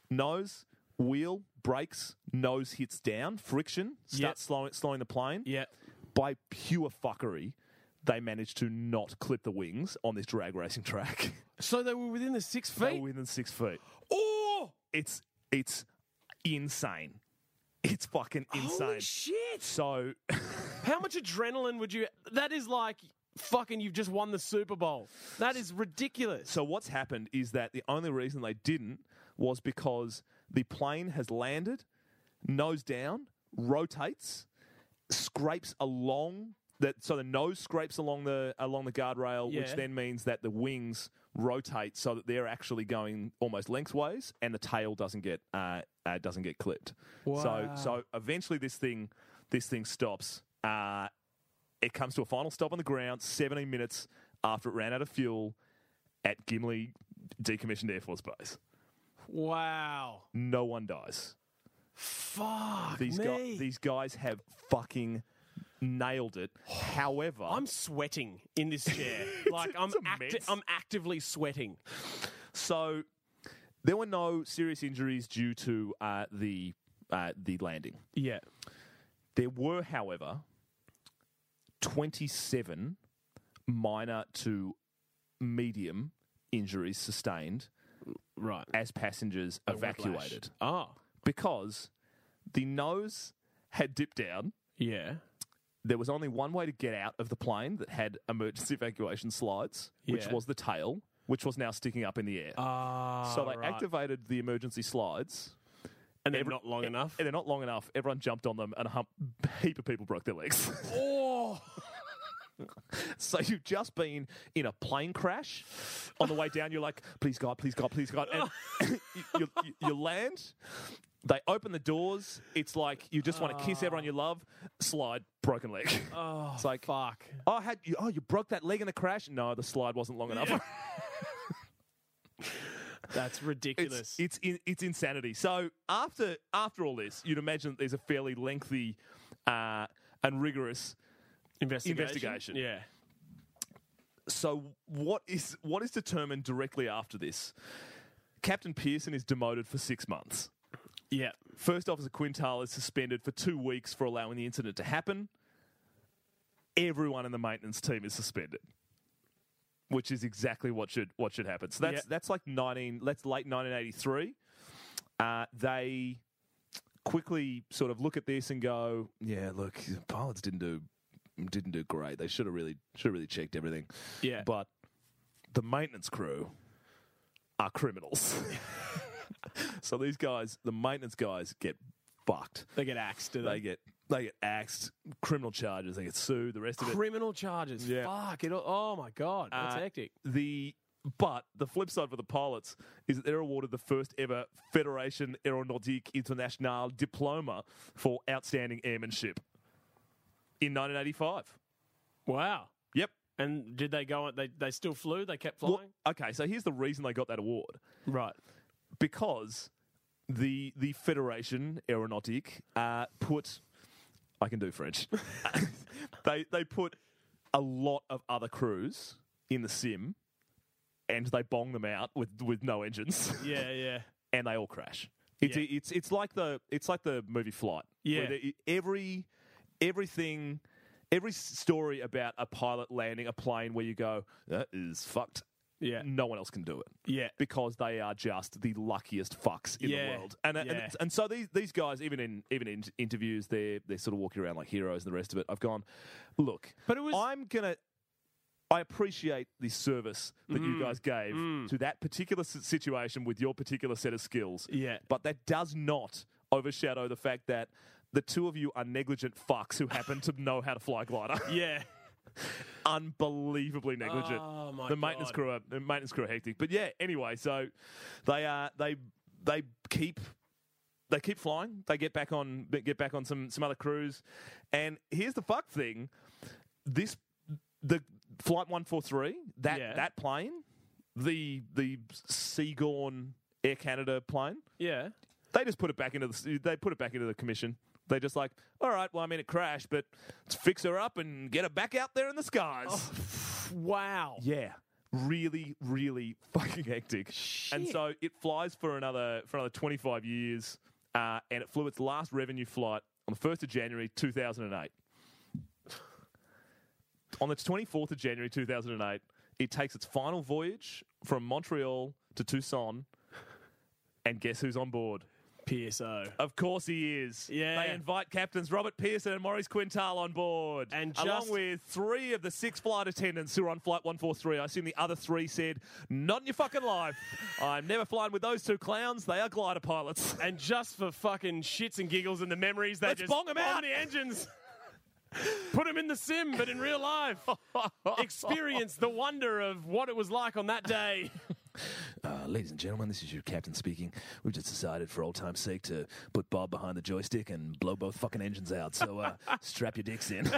S2: nose, wheel, brakes, nose hits down, friction, starts slowing, slowing the plane.
S3: Yeah.
S2: By pure fuckery, they managed to not clip the wings on this drag racing track. *laughs*
S3: So they were within the six
S2: they
S3: feet.
S2: were within six feet.
S3: oh,
S2: It's it's insane. It's fucking insane.
S3: holy shit!
S2: so *laughs*
S3: How much adrenaline would you? That is like fucking. You've just won the Super Bowl. That is ridiculous.
S2: so what's happened is that the only reason they didn't was because the plane has landed, nose down, rotates, scrapes along that so the nose scrapes along the along the guardrail, which
S3: Yeah.
S2: then means that the wings rotate so that they're actually going almost lengthways, and the tail doesn't get uh, uh, doesn't get clipped. So
S3: Wow.
S2: so eventually this thing this thing stops. Uh, it comes to a final stop on the ground 17 minutes after it ran out of fuel at Gimli decommissioned Air Force Base.
S3: Wow.
S2: No one dies.
S3: Fuck
S2: These,
S3: me.
S2: guys, these guys have fucking nailed it. However,
S3: I'm sweating in this chair. *laughs* like I'm,
S2: it's
S3: acti-
S2: immense.
S3: I'm actively sweating.
S2: so there were no serious injuries due to uh, the uh, the landing.
S3: Yeah.
S2: There were, however, 27 minor to medium injuries sustained
S3: Right.
S2: as passengers evacuated
S3: Oh.
S2: because the nose had dipped down.
S3: Yeah.
S2: there was only one way to get out of the plane that had emergency *laughs* evacuation slides, which
S3: Yeah.
S2: was the tail, which was now sticking up in the air.
S3: Ah.
S2: so they activated the emergency slides,
S3: and they're
S2: every-
S3: not long *laughs* enough.
S2: and they're not long enough. Everyone jumped on them, and a hump, *laughs* heap of people broke their legs. *laughs*
S3: oh.
S2: so you've just been in a plane crash. On the way down, you're like, "Please God, please God, please God," and *laughs* you, you, you- you land. They open the doors. It's like you just want to kiss everyone you love. Slide, broken leg.
S3: Ah. Oh.
S2: It's like-
S3: fuck.
S2: Oh, had you, oh, you broke that leg in the crash? No, the slide wasn't long enough.
S3: That's ridiculous.
S2: it's it's, in, it's insanity. So after after all this, you'd imagine that there's a fairly lengthy uh, and rigorous.
S3: investigation.
S2: investigation.
S3: Yeah.
S2: So what is what is determined directly after this? Captain Pearson is demoted for six months.
S3: Yeah.
S2: First Officer Quintal is suspended for two weeks for allowing the incident to happen. Everyone in the maintenance team is suspended, which is exactly what should what should happen. So that's
S3: Yeah.
S2: that's like nineteen. That's late nineteen eighty three. Uh, they quickly sort of look at this and go, "Yeah, look, pilots didn't do didn't do great. They should have really should have really checked everything."
S3: Yeah.
S2: But the maintenance crew are criminals. *laughs* so these guys, the maintenance guys, get fucked.
S3: they get axed, do
S2: They
S3: they?
S2: get they get axed, criminal charges, they get sued, the rest of it.
S3: Criminal charges.
S2: Yeah.
S3: Fuck it. all- Oh my god. That's
S2: Uh,
S3: hectic.
S2: The but the flip side for the pilots is that they're awarded the first ever Federation Aeronautique Internationale diploma for outstanding airmanship in 1985.
S3: Wow.
S2: Yep.
S3: And did they go? on They they still flew. They kept
S2: Well,
S3: flying.
S2: okay, so here's the reason they got that award.
S3: right.
S2: because the the Federation Aeronautique uh, put I can do French. *laughs* they they put a lot of other crews in the sim and they bong them out with, with no engines *laughs*
S3: Yeah. Yeah.
S2: and they all crash. It's
S3: Yeah.
S2: it's it's like the it's like the movie Flight.
S3: Yeah.
S2: Where the, every everything every story about a pilot landing a plane where you go that is fucked.
S3: Yeah.
S2: No one else can do it
S3: Yeah.
S2: because they are just the luckiest fucks in
S3: Yeah,
S2: the world. And, and
S3: yeah.
S2: and so these these guys, even in even in interviews, they're they're sort of walking around like heroes and the rest of it. I've gone, look,
S3: But it was-
S2: I'm gonna. I appreciate the service that
S3: Mm.
S2: you guys gave to that particular s- situation with your particular set of skills.
S3: Yeah.
S2: But that does not overshadow the fact that the two of you are negligent fucks who happen to know how to fly a glider.
S3: Yeah.
S2: Unbelievably negligent
S3: Oh my
S2: the maintenance
S3: God.
S2: crew are the maintenance crew are hectic. But yeah, anyway, so they are they they uh, keep they keep flying. They get back on get back on some some other crews. And here's the fuck thing: this the flight one four three that
S3: Yeah.
S2: that plane, the the Seagorn Air Canada plane.
S3: Yeah.
S2: They just put it back into the they put it back into the commission. They just like, all right, well, I mean, it crashed, but let's fix her up and get her back out there in the skies.
S3: Oh, Wow.
S2: Yeah. Really, really *laughs* fucking hectic. And
S3: Shit.
S2: so it flies for another for another 25 years, uh, and it flew its last revenue flight on the 1st of January 2008. on the 24th of January 2008, it takes its final voyage from Montreal to Tucson, and guess who's on board?
S3: PSO.
S2: Of course he is.
S3: Yeah.
S2: They invite captains Robert Pearson and Maurice Quintal on board.
S3: And
S2: along
S3: just-
S2: with three of the six flight attendants who were on flight 143. I assume the other three said, Not in your fucking life.
S3: *laughs*
S2: I'm never flying with those two clowns. They are glider pilots.
S3: And just for fucking shits and giggles and the memories, they
S2: Let's
S3: just
S2: bong 'em out.
S3: bomb the engines. Put them in the sim, but in real life, *laughs* experience the wonder of what it was like on that day.
S1: Uh, ladies and gentlemen, this is your captain speaking. We've just decided, for old time's sake, to put Bob behind the joystick and blow both fucking engines out. So
S2: *laughs*
S1: uh, strap your dicks in.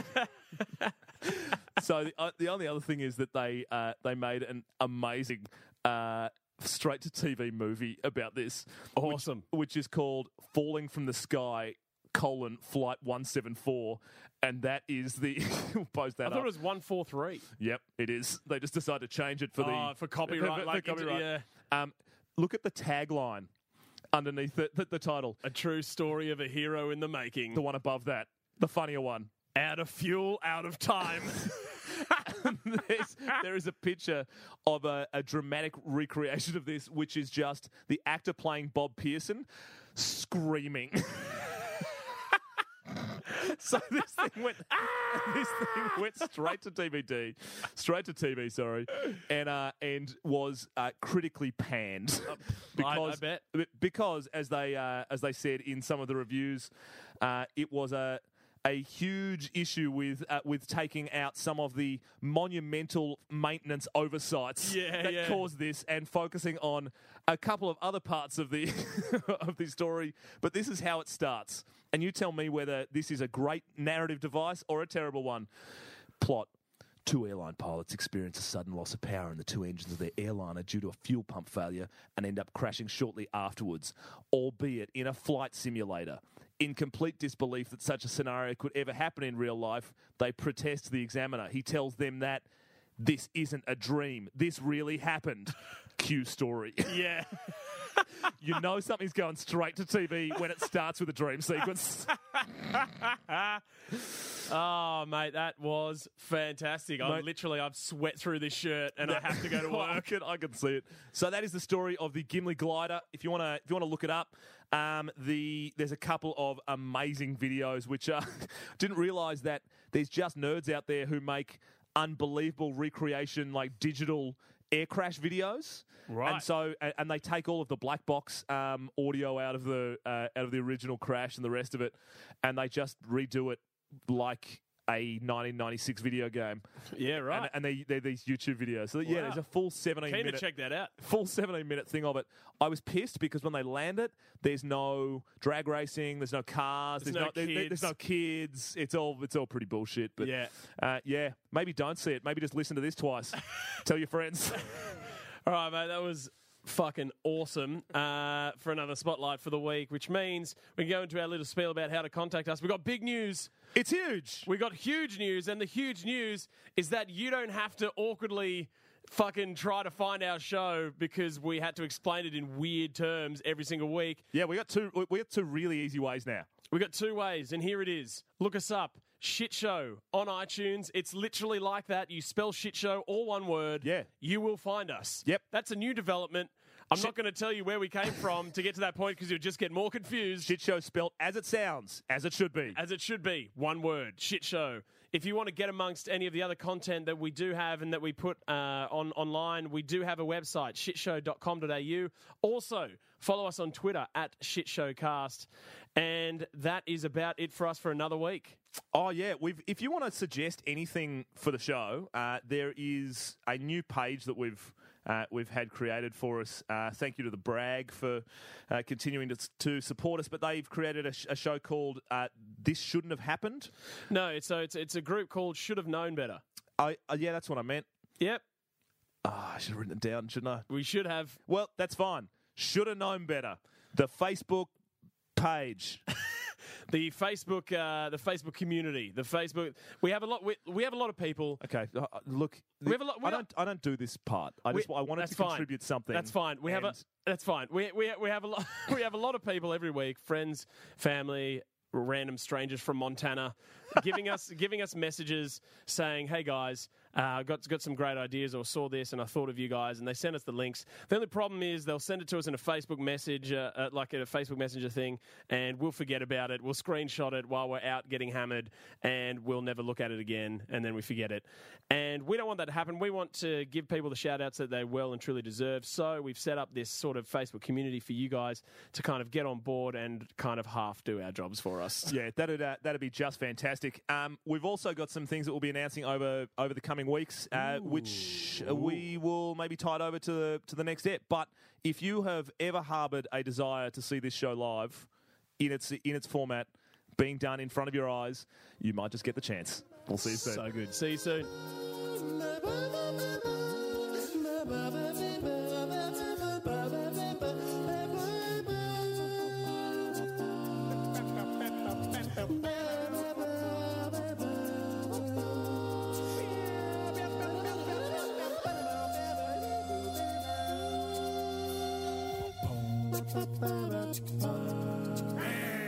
S2: so the, uh, the only other thing is that they uh, they made an amazing uh, straight to TV movie about this. which-
S3: Awesome.
S2: Which, is called Falling from the Sky colon flight 174 and that is the *laughs* we'll post that
S3: *laughs* I thought
S2: up.
S3: it was one four three.
S2: Yep, it is. They just decide to change it for the
S3: Oh, for copyright,
S2: *laughs* for
S3: like,
S2: copyright.
S3: yeah.
S2: Um, look at the tagline underneath the, the, the title.
S3: A true story of a hero in the making. *laughs*
S2: The one above that, the funnier one.
S3: out of fuel, out of time.
S2: Um, There's, there is a picture of a, a dramatic recreation of this, which is just the actor playing Bob Pearson screaming. so this thing went
S3: ah!
S2: *laughs* this thing went straight to DVD, straight to TV, sorry, and uh, and was uh, critically panned
S3: Uh,
S2: *laughs*
S3: I- I bet.
S2: be- because as they uh, as they said in some of the reviews, uh, it was a a huge issue with uh, with taking out some of the monumental maintenance oversights
S3: Yeah,
S2: that
S3: yeah.
S2: caused this and focusing on a couple of other parts of the *laughs* of the story. But this is how it starts, and you tell me whether this is a great narrative device or a terrible one. Plot.
S1: Two airline pilots experience a sudden loss of power in the two engines of their airliner due to a fuel pump failure
S2: and end up crashing shortly afterwards, albeit in a flight simulator. In complete disbelief that such a scenario could ever happen in real life, they protest the examiner. He tells them that this isn't a dream, this really happened. Cue story. *laughs*
S3: yeah.
S2: you know something's going straight to TV when it starts with a dream sequence.
S3: *laughs* Oh, mate, that was fantastic. I
S2: Mate.
S3: literally, I've sweat through this shirt and I have
S2: *laughs*
S3: to *laughs* go to
S2: Well, Oh, I
S3: work.
S2: can, I can see it. So that is the story of the Gimli glider. If you want to, if you want to look it up, um, the there's a couple of amazing videos which uh, *laughs* didn't realize that there's just nerds out there who make unbelievable recreation like digital air crash videos.
S3: Right.
S2: And so and, and they take all of the black box um, audio out of the uh, out of the original crash and the rest of it, and they just redo it like a 1996 video game.
S3: Yeah, right.
S2: And, and they, they're these YouTube videos. So, yeah,
S3: Wow.
S2: there's a full 17
S3: uh, Keen to
S2: minute
S3: check that out.
S2: full 17 minute thing of it. I was pissed because when they land it, there's no drag racing, there's no cars, there's,
S3: There's no
S2: there- there-
S3: kids.
S2: there's no kids. It's all it's all pretty bullshit. But
S3: Yeah.
S2: uh, yeah, maybe don't see it. Maybe just listen to this
S3: *laughs*
S2: twice. Tell your friends. *laughs*
S3: All right, mate, that was fucking awesome uh, for another spotlight for the week, which means we can go into our little spiel about how to contact us. We've got big news.
S2: It's huge.
S3: We got huge news, and the huge news is that you don't have to awkwardly fucking try to find our show because we had to explain it in weird terms every single week.
S2: Yeah, we got two we- we got two really easy ways now.
S3: We got two ways, and here it is. Look us up. Shit show on iTunes. It's literally like that. You spell shit show, all one word.
S2: Yeah.
S3: You will find us.
S2: Yep.
S3: That's a new development. I'm not going to tell you where we came from to get to that point because you'll just get more confused.
S2: Shit show spelt as it sounds, as it should be.
S3: As it should be. One word. Shit show. If you want to get amongst any of the other content that we do have and that we put uh, on online, we do have a website, shitshow.com.au. Also, follow us on Twitter at shitshowcast. And that is about it for us for another week.
S2: Oh yeah, we've. If you want to suggest anything for the show, uh, there is a new page that we've uh, we've had created for us. Uh, thank you to the Bragg for uh, continuing to, to support us, but they've created a, sh- a show called uh, "This Shouldn't Have Happened."
S3: No, it's a, it's it's a group called Should Have Known Better.
S2: I, uh, yeah, that's what I meant.
S3: Yep,
S2: Ah, I should have written it down, shouldn't I?
S3: we should have. *laughs*
S2: Well, that's fine. Should have known better. The Facebook page.
S3: the Facebook, uh, the Facebook community, the Facebook. We have a lot. We, we have a lot of people.
S2: Okay, *laughs* uh, uh, look.
S3: We have a lot- we
S2: I don't. I don't do this part. I just.
S3: We-
S2: I wanted
S3: that's
S2: to
S3: fine.
S2: contribute something.
S3: That's fine. We have a.
S2: and-
S3: That's fine. We we we have a lot. *laughs* we have a lot of people every week. Friends, family, random strangers from Montana, giving us *laughs* giving us messages saying, "Hey guys." Uh, got got some great ideas, or saw this, and I thought of you guys, and they sent us the links. The only problem is they'll send it to us in a Facebook message, uh, uh, like a Facebook Messenger thing, and we'll forget about it. We'll screenshot it while we're out getting hammered, and we'll never look at it again, and then we forget it. And we don't want that to happen. We want to give people the shout outs that they well and truly deserve. So we've set up this sort of Facebook community for you guys to kind of get on board and kind of half do our jobs for
S2: *laughs*
S3: us.
S2: Yeah, that'd uh, that'd be just fantastic. Um, we've also got some things that we'll be announcing over over the coming weeks, uh, which uh, we will maybe tide over to the to the next step. But if you have ever harboured a desire to see this show live in its in its format, being done in front of your eyes, you might just get the chance. We'll see you soon.
S3: So good. See you soon.
S4: Bye.